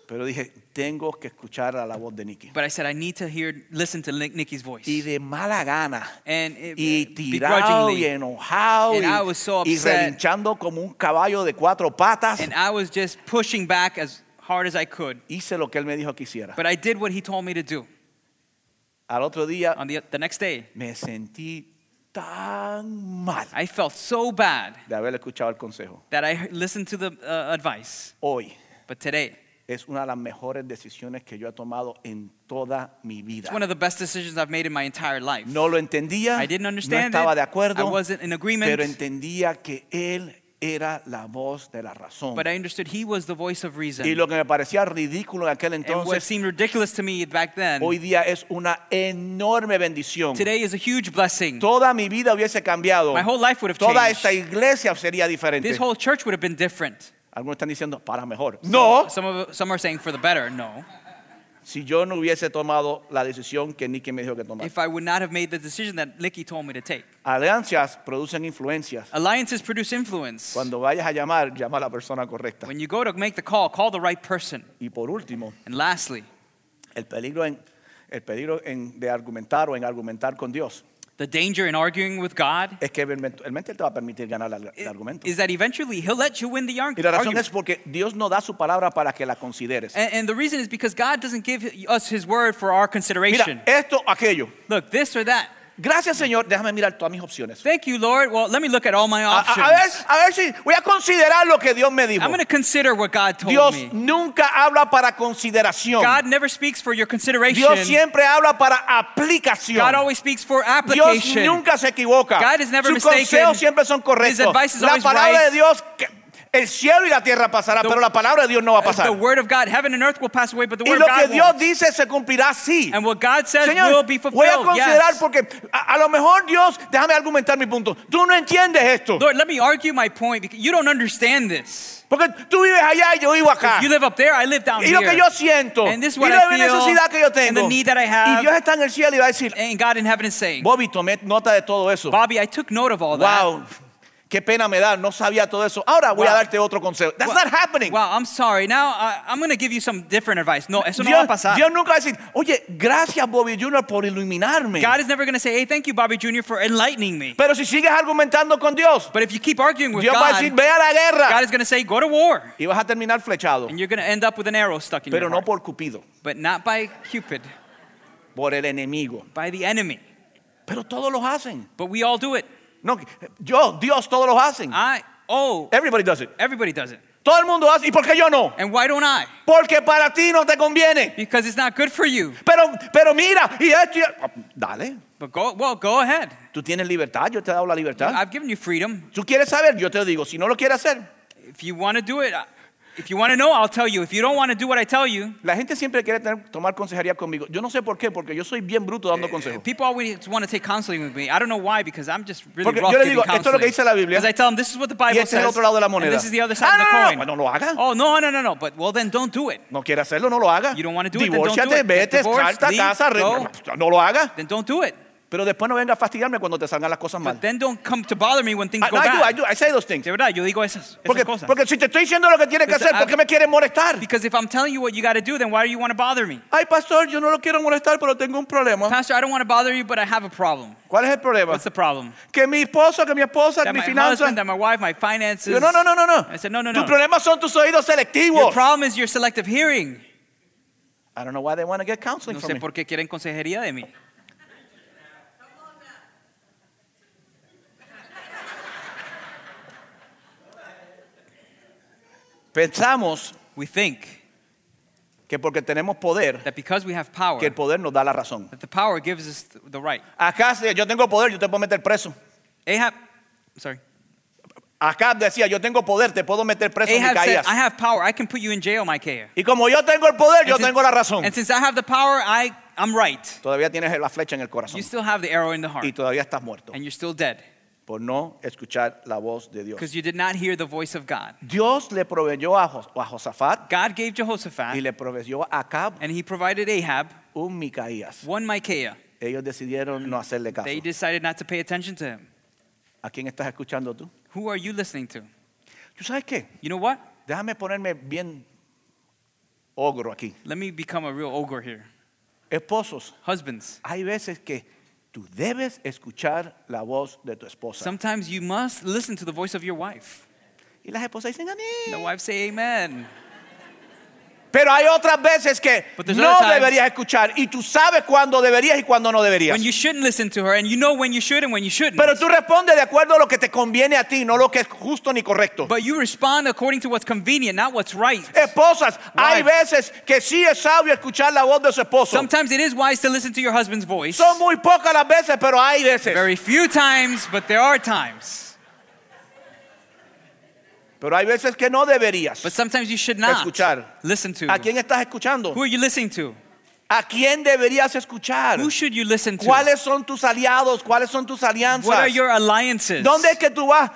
Speaker 1: pero dije, tengo que escuchar a la voz de Nicky.
Speaker 2: but I said I need to hear, listen to Nick, Nikki's voice.
Speaker 1: Y de mala gana.
Speaker 2: and it,
Speaker 1: Y tirado y
Speaker 2: begrudgingly,
Speaker 1: enojado
Speaker 2: And
Speaker 1: y,
Speaker 2: I was so
Speaker 1: y
Speaker 2: upset.
Speaker 1: relinchando como un caballo de cuatro patas.
Speaker 2: and I was just pushing back as hard as I could.
Speaker 1: Hice lo que él me dijo que hiciera.
Speaker 2: But I did what he told me to do.
Speaker 1: Al otro día
Speaker 2: On the, the next day,
Speaker 1: me sentí tan mal
Speaker 2: I felt so bad
Speaker 1: de haber escuchado el consejo.
Speaker 2: that I he- listened to the uh, advice.
Speaker 1: Hoy
Speaker 2: But today,
Speaker 1: es una de las mejores decisiones que yo he tomado en toda mi vida.
Speaker 2: it's one of the best decisions I've made in my entire life.
Speaker 1: No lo entendía,
Speaker 2: I didn't
Speaker 1: no
Speaker 2: understand
Speaker 1: estaba
Speaker 2: it.
Speaker 1: de acuerdo,
Speaker 2: I wasn't in agreement.
Speaker 1: pero entendía que él era la voz de la razón.
Speaker 2: But I understood he was the voice of reason.
Speaker 1: Y lo que me parecía ridículo en aquel
Speaker 2: and what
Speaker 1: entonces,
Speaker 2: seemed ridiculous to me back then,
Speaker 1: hoy día es una enorme bendición.
Speaker 2: today is a huge blessing.
Speaker 1: Toda mi vida hubiese cambiado.
Speaker 2: My whole life would have
Speaker 1: Toda
Speaker 2: changed.
Speaker 1: esta iglesia sería
Speaker 2: This
Speaker 1: diferente.
Speaker 2: whole church would have been different.
Speaker 1: Algunos están diciendo para mejor. No,
Speaker 2: Some, of, some are saying for the better. No.
Speaker 1: si yo no hubiese tomado la decisión que Nicky me dijo que tomara.
Speaker 2: If I would not have made the decision that Licky told me to take.
Speaker 1: Alianzas producen influencias.
Speaker 2: Alliances produce influence.
Speaker 1: Cuando vayas a llamar, llama a la persona correcta.
Speaker 2: When you go to make the call, call the right person.
Speaker 1: Y por último,
Speaker 2: And lastly,
Speaker 1: el peligro, en, el peligro en- de argumentar o en argumentar con Dios
Speaker 2: the danger in arguing with God
Speaker 1: es que eventualmente Él te va a permitir ganar el,
Speaker 2: Eh,
Speaker 1: el argumento.
Speaker 2: is that eventually He'll let you win the arg-
Speaker 1: Y la razón
Speaker 2: argument.
Speaker 1: es porque Dios no da su palabra para que la consideres.
Speaker 2: And, and the reason is because God doesn't give us His word for our consideration.
Speaker 1: Mira, eh, esto, aquello.
Speaker 2: Look, this or that.
Speaker 1: Gracias, Señor. Déjame mirar todas mis opciones.
Speaker 2: Thank you, Lord. Well, let me look at all my
Speaker 1: A, a-
Speaker 2: options.
Speaker 1: a ver, a ver si voy a considerar lo que Dios me dijo.
Speaker 2: I'm going to consider what God told
Speaker 1: Dios
Speaker 2: me.
Speaker 1: nunca habla para consideración.
Speaker 2: God never speaks for your consideration.
Speaker 1: Dios siempre habla para aplicación.
Speaker 2: God always speaks for
Speaker 1: Dios
Speaker 2: application.
Speaker 1: nunca se equivoca.
Speaker 2: God is never
Speaker 1: Sus
Speaker 2: mistaken.
Speaker 1: consejos siempre son correctos.
Speaker 2: His advice is
Speaker 1: La
Speaker 2: always
Speaker 1: palabra de
Speaker 2: right.
Speaker 1: Dios, que- el cielo y la tierra pasará,
Speaker 2: The-
Speaker 1: pero la palabra de Dios no va a pasar.
Speaker 2: the word of God, heaven and earth will pass away, but the
Speaker 1: Y
Speaker 2: word
Speaker 1: lo
Speaker 2: of
Speaker 1: que
Speaker 2: God
Speaker 1: Dios
Speaker 2: won't.
Speaker 1: dice se cumplirá sí.
Speaker 2: And what God says will
Speaker 1: Señor, voy
Speaker 2: be
Speaker 1: a
Speaker 2: fulfilled.
Speaker 1: considerar
Speaker 2: yes.
Speaker 1: porque a, a lo mejor Dios, déjame argumentar mi punto. Tú no entiendes esto.
Speaker 2: Lord, let me argue my point because you don't understand this.
Speaker 1: Porque tú vives allá y yo vivo acá.
Speaker 2: You live up there, I live down
Speaker 1: Ah. Y
Speaker 2: here.
Speaker 1: lo que yo siento,
Speaker 2: And this is
Speaker 1: y
Speaker 2: what
Speaker 1: la
Speaker 2: I feel,
Speaker 1: necesidad que yo
Speaker 2: and the
Speaker 1: tengo.
Speaker 2: need that I have.
Speaker 1: Y Dios está en el cielo y va a decir,
Speaker 2: and God in heaven is saying,
Speaker 1: Bobby, tomé nota de todo eso.
Speaker 2: Bobby, I took note of all that.
Speaker 1: Wow, qué pena me da, no sabía todo eso. Ahora voy a
Speaker 2: Wow.
Speaker 1: darte otro consejo. That's
Speaker 2: Wow.
Speaker 1: not happening.
Speaker 2: Wow, I'm sorry. Now I, I'm going to give you some different advice. No, eso no va a
Speaker 1: Dios,
Speaker 2: pasar.
Speaker 1: Dios nunca va a decir, oye, gracias Bobby Jr. por iluminarme.
Speaker 2: God is never going to say, hey, thank you, Bobby Jr., for enlightening me.
Speaker 1: Pero si sigues argumentando con Dios,
Speaker 2: But if you keep arguing with
Speaker 1: Dios va a decir,
Speaker 2: God,
Speaker 1: ve a la guerra.
Speaker 2: God is going to say, go to war.
Speaker 1: Y vas a terminar flechado.
Speaker 2: And you're going to end up with an arrow stuck in
Speaker 1: Pero
Speaker 2: your
Speaker 1: no
Speaker 2: heart.
Speaker 1: por Cupido,
Speaker 2: but not by Cupid,
Speaker 1: por el enemigo.
Speaker 2: by the enemy.
Speaker 1: Pero todos los hacen.
Speaker 2: But we all do it.
Speaker 1: No, yo, Dios, todos los hacen.
Speaker 2: I, oh,
Speaker 1: Everybody does it.
Speaker 2: everybody does it.
Speaker 1: Todo el mundo hace. ¿Y por qué yo no?
Speaker 2: And why don't I?
Speaker 1: Porque para ti no te conviene.
Speaker 2: Because it's not good for you.
Speaker 1: Pero, pero mira, y esto y- Dale.
Speaker 2: But go, well, go ahead.
Speaker 1: Tú tienes libertad, yo te he dado la libertad.
Speaker 2: I've given you freedom.
Speaker 1: Tú quieres saber, yo te lo digo. Si no lo quieres hacer,
Speaker 2: If you want to do it, I- if you want to know, I'll tell you. If you don't want to do what I tell you,
Speaker 1: la gente siempre quiere tener- tomar consejería conmigo. Yo no sé por qué, porque yo soy bien bruto
Speaker 2: Eh,
Speaker 1: dando consejos.
Speaker 2: people always want to take counseling with me. I don't know why, because I'm just really
Speaker 1: Porque
Speaker 2: rough
Speaker 1: yo le
Speaker 2: giving
Speaker 1: digo, esto es lo que
Speaker 2: counseling.
Speaker 1: dice la Biblia.
Speaker 2: Because I tell them, this is what the Bible
Speaker 1: Y este es
Speaker 2: says,
Speaker 1: el otro lado de la
Speaker 2: and
Speaker 1: moneda.
Speaker 2: this is the other side
Speaker 1: Ah,
Speaker 2: of the
Speaker 1: no, no,
Speaker 2: coin.
Speaker 1: no, no lo haga.
Speaker 2: Oh, no, no, no, no. But, well, then don't do it.
Speaker 1: No quiere hacerlo, no lo haga.
Speaker 2: You don't wanna do it, then don't do
Speaker 1: Divórciate,
Speaker 2: it. Get
Speaker 1: vete,
Speaker 2: divorced,
Speaker 1: salta,
Speaker 2: leave,
Speaker 1: casa, re-
Speaker 2: go.
Speaker 1: no lo haga.
Speaker 2: Then don't do it.
Speaker 1: Pero después no venga a fastidiarme cuando te salgan las cosas mal.
Speaker 2: But then don't come to bother me when things
Speaker 1: I,
Speaker 2: go
Speaker 1: no, I do, I
Speaker 2: bad.
Speaker 1: do, I say those things.
Speaker 2: De verdad, yo digo esas, esas
Speaker 1: Porque,
Speaker 2: cosas.
Speaker 1: porque si te estoy diciendo lo que tienes que
Speaker 2: Because
Speaker 1: hacer, ¿por
Speaker 2: I-
Speaker 1: qué me quieres molestar?
Speaker 2: because if I'm telling you what you got to do, then why do you want to bother me?
Speaker 1: Ay, pastor, yo no lo quiero molestar, pero tengo un problema.
Speaker 2: Pastor, I don't want to bother you, but I have a problem.
Speaker 1: ¿Cuál es el problema?
Speaker 2: What's the problem?
Speaker 1: Que mi esposo, que mi esposa, que
Speaker 2: That
Speaker 1: mi
Speaker 2: my
Speaker 1: finanzas.
Speaker 2: husband, that my wife, my finances.
Speaker 1: Yo, no, no, no, no, no.
Speaker 2: I said, Este no, no,
Speaker 1: Tus
Speaker 2: no.
Speaker 1: problemas son tus oídos
Speaker 2: Your
Speaker 1: selectivos.
Speaker 2: problem is your selective hearing.
Speaker 1: I don't know why they want to get counseling
Speaker 2: No
Speaker 1: from
Speaker 2: sé
Speaker 1: me.
Speaker 2: por qué quieren consejería de mí.
Speaker 1: Pensamos
Speaker 2: We think
Speaker 1: que porque tenemos poder,
Speaker 2: that because we have power,
Speaker 1: que el poder nos da la razón.
Speaker 2: that the power gives us th- the right.
Speaker 1: Acá si yo tengo poder, yo te puedo meter preso.
Speaker 2: Ahab, I'm sorry.
Speaker 1: Acá decía, yo tengo poder, te puedo meter preso,
Speaker 2: Ahab said,
Speaker 1: Micaías.
Speaker 2: I have power. I can put you in jail, Micaiah.
Speaker 1: Y como yo tengo el poder, yo
Speaker 2: And since-
Speaker 1: tengo la razón.
Speaker 2: And since I have the power, I, I'm right.
Speaker 1: Todavía tienes la flecha en el corazón
Speaker 2: You still have the arrow in the
Speaker 1: y
Speaker 2: heart,
Speaker 1: todavía estás muerto
Speaker 2: and you're still dead
Speaker 1: por no escuchar la voz de Dios.
Speaker 2: because you did not hear the voice of God.
Speaker 1: Dios le proveyó a, Jos- a Josafat
Speaker 2: God gave
Speaker 1: y
Speaker 2: Jehoshaphat,
Speaker 1: le proveyó a Acab
Speaker 2: and he provided Ahab
Speaker 1: un Micaías.
Speaker 2: one Micaiah.
Speaker 1: Ellos decidieron no hacerle caso.
Speaker 2: They decided not to pay attention to him.
Speaker 1: ¿A quién estás escuchando tú?
Speaker 2: Who are you listening to?
Speaker 1: ¿Tú sabes qué?
Speaker 2: You know what?
Speaker 1: Déjame ponerme bien ogro aquí.
Speaker 2: Let me become a real ogre here.
Speaker 1: Esposos,
Speaker 2: Husbands,
Speaker 1: hay veces que tú debes escuchar la voz de tu esposa.
Speaker 2: sometimes you must listen to the voice of your wife.
Speaker 1: y las esposas dicen, amén.
Speaker 2: The wife say amen.
Speaker 1: Pero hay otras veces que
Speaker 2: But there's
Speaker 1: no
Speaker 2: other times-
Speaker 1: deberías escuchar y tú sabes cuándo deberías y cuándo no deberías.
Speaker 2: When you shouldn't listen to her, and you know when you should and when you shouldn't.
Speaker 1: Pero tú respondes de acuerdo a lo que te conviene a ti, no lo que es justo ni correcto.
Speaker 2: But you respond according to what's convenient, not what's right.
Speaker 1: Eh, Esposas, hay
Speaker 2: Wives.
Speaker 1: veces que sí es sabio escuchar la voz de su esposo.
Speaker 2: Sometimes it is wise to listen to your husband's voice.
Speaker 1: Son muy pocas las veces, pero hay veces.
Speaker 2: Very few times, but there are times.
Speaker 1: Pero hay veces que no deberías.
Speaker 2: But sometimes you should not
Speaker 1: Escuchar.
Speaker 2: listen to.
Speaker 1: ¿A quién estás escuchando?
Speaker 2: Who are you listening to?
Speaker 1: ¿A quién deberías escuchar?
Speaker 2: Who should you listen to?
Speaker 1: ¿Cuáles son tus aliados? ¿Cuáles son tus
Speaker 2: what are
Speaker 1: alianzas?
Speaker 2: your alliances?
Speaker 1: ¿Dónde es que tú vas?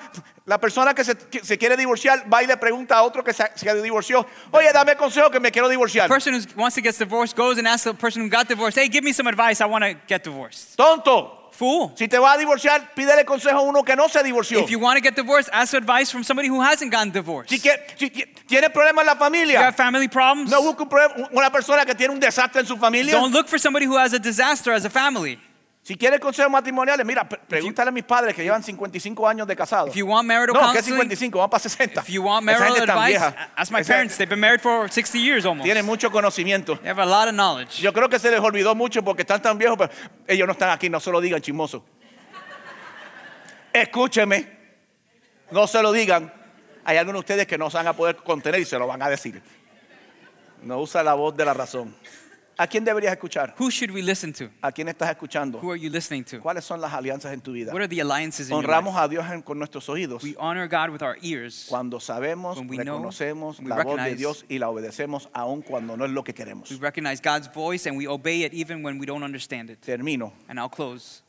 Speaker 1: La persona que se, que se quiere divorciar va y le pregunta a otro que se, se divorció, oye, dame consejo que me quiero
Speaker 2: The
Speaker 1: divorciar.
Speaker 2: person who wants to get divorced goes and asks the person who got divorced, hey, give me some advice. I want to get divorced.
Speaker 1: Tonto,
Speaker 2: Fool.
Speaker 1: si te vas a divorciar, pídele consejo a uno que no se divorció.
Speaker 2: If you want to get divorced, ask advice from somebody who hasn't gotten divorced.
Speaker 1: Si, que- si que- tienes problemas en la
Speaker 2: you have
Speaker 1: familia,
Speaker 2: family problems?
Speaker 1: no busque un pro- una persona que tiene un desastre en su familia.
Speaker 2: Don't look for somebody who has a disaster as a family.
Speaker 1: Si quieres consejos matrimoniales, mira, pre- pregúntale a mis padres que llevan 55 años de casado.
Speaker 2: If you want marital
Speaker 1: No, que
Speaker 2: counseling,
Speaker 1: 55, van para 60.
Speaker 2: if you want
Speaker 1: Esa
Speaker 2: marital
Speaker 1: gente tan
Speaker 2: advice,
Speaker 1: vieja.
Speaker 2: ask my
Speaker 1: Esa-
Speaker 2: parents. They've been married for 60 years almost.
Speaker 1: Tienen mucho conocimiento.
Speaker 2: They have a lot of knowledge.
Speaker 1: Yo creo que se les olvidó mucho porque están tan viejos, pero ellos no están aquí, no se lo digan, chismoso. Escúcheme, no se lo digan. Hay algunos de ustedes que no se van a poder contener y se lo van a decir. No usa la voz de la razón. ¿A quién deberías escuchar?
Speaker 2: Who should we listen to?
Speaker 1: ¿A quién estás escuchando?
Speaker 2: Who are you listening to?
Speaker 1: ¿Cuáles son las alianzas en tu vida?
Speaker 2: What are the alliances in your life?
Speaker 1: Honramos a Dios en- con nuestros oídos
Speaker 2: We honor God with our ears.
Speaker 1: cuando sabemos,
Speaker 2: When we know,
Speaker 1: reconocemos
Speaker 2: we
Speaker 1: la voz de
Speaker 2: recognize.
Speaker 1: Dios y la obedecemos aun cuando no es lo que
Speaker 2: We
Speaker 1: queremos.
Speaker 2: recognize God's voice and we obey it even when we don't understand it.
Speaker 1: Termino.
Speaker 2: And I'll close.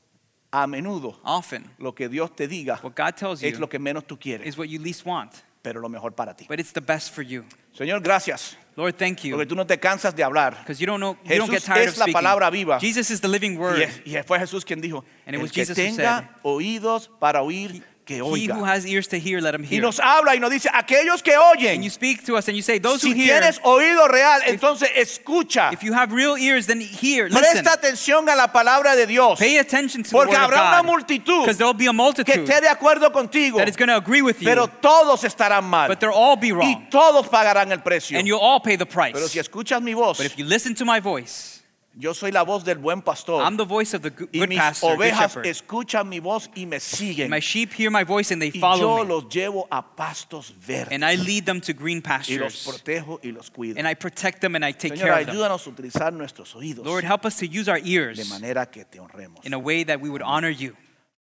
Speaker 1: A menudo
Speaker 2: Often,
Speaker 1: lo que Dios te diga
Speaker 2: what God tells
Speaker 1: es lo
Speaker 2: you
Speaker 1: que menos tú quieres,
Speaker 2: is what you least want,
Speaker 1: pero lo mejor para ti.
Speaker 2: but it's the best for you.
Speaker 1: Señor, gracias,
Speaker 2: Lord, thank you.
Speaker 1: porque tú no te cansas de hablar.
Speaker 2: Because you don't know, you don't
Speaker 1: Jesús
Speaker 2: get tired
Speaker 1: es
Speaker 2: of
Speaker 1: la
Speaker 2: speaking.
Speaker 1: palabra viva.
Speaker 2: Jesus is the living word.
Speaker 1: Y, es- y fue Jesús quien dijo,
Speaker 2: And it
Speaker 1: el
Speaker 2: was
Speaker 1: que
Speaker 2: Jesus who
Speaker 1: tenga oídos para oír, que
Speaker 2: He who
Speaker 1: oiga.
Speaker 2: has ears to hear, let him
Speaker 1: Oh, Y
Speaker 2: hear.
Speaker 1: nos habla y nos dice, aquellos que
Speaker 2: and you
Speaker 1: oyen,
Speaker 2: speak to us and you say, those
Speaker 1: si
Speaker 2: who hear,
Speaker 1: tienes oído real, entonces escucha.
Speaker 2: if you have real ears, then hear, listen.
Speaker 1: Presta atención a la palabra de Dios,
Speaker 2: Pay attention to
Speaker 1: porque
Speaker 2: the word
Speaker 1: habrá una
Speaker 2: of God.
Speaker 1: multitud
Speaker 2: Because there'll be a
Speaker 1: que
Speaker 2: multitude
Speaker 1: esté de acuerdo contigo,
Speaker 2: that is going to agree with you,
Speaker 1: pero todos estarán mal
Speaker 2: but they'll all be
Speaker 1: y
Speaker 2: wrong.
Speaker 1: todos pagarán el precio.
Speaker 2: And you'll all pay the price.
Speaker 1: Pero si escuchas mi voz,
Speaker 2: but if you listen to my voice,
Speaker 1: yo soy la voz del buen pastor.
Speaker 2: I'm the voice of the good,
Speaker 1: Y
Speaker 2: good
Speaker 1: mis
Speaker 2: pastor, good
Speaker 1: ovejas
Speaker 2: shepherd.
Speaker 1: escuchan mi voz y me siguen.
Speaker 2: My sheep hear my voice and they
Speaker 1: y
Speaker 2: follow
Speaker 1: yo
Speaker 2: me.
Speaker 1: los llevo a pastos verdes.
Speaker 2: and I lead them to green
Speaker 1: y los
Speaker 2: pastures.
Speaker 1: protejo y los cuido.
Speaker 2: and I protect them and I take
Speaker 1: Señor,
Speaker 2: care of them.
Speaker 1: ayúdanos a utilizar nuestros oídos
Speaker 2: Lord, help us to use our
Speaker 1: de
Speaker 2: ears
Speaker 1: manera que te honremos.
Speaker 2: in a way that we would honor you.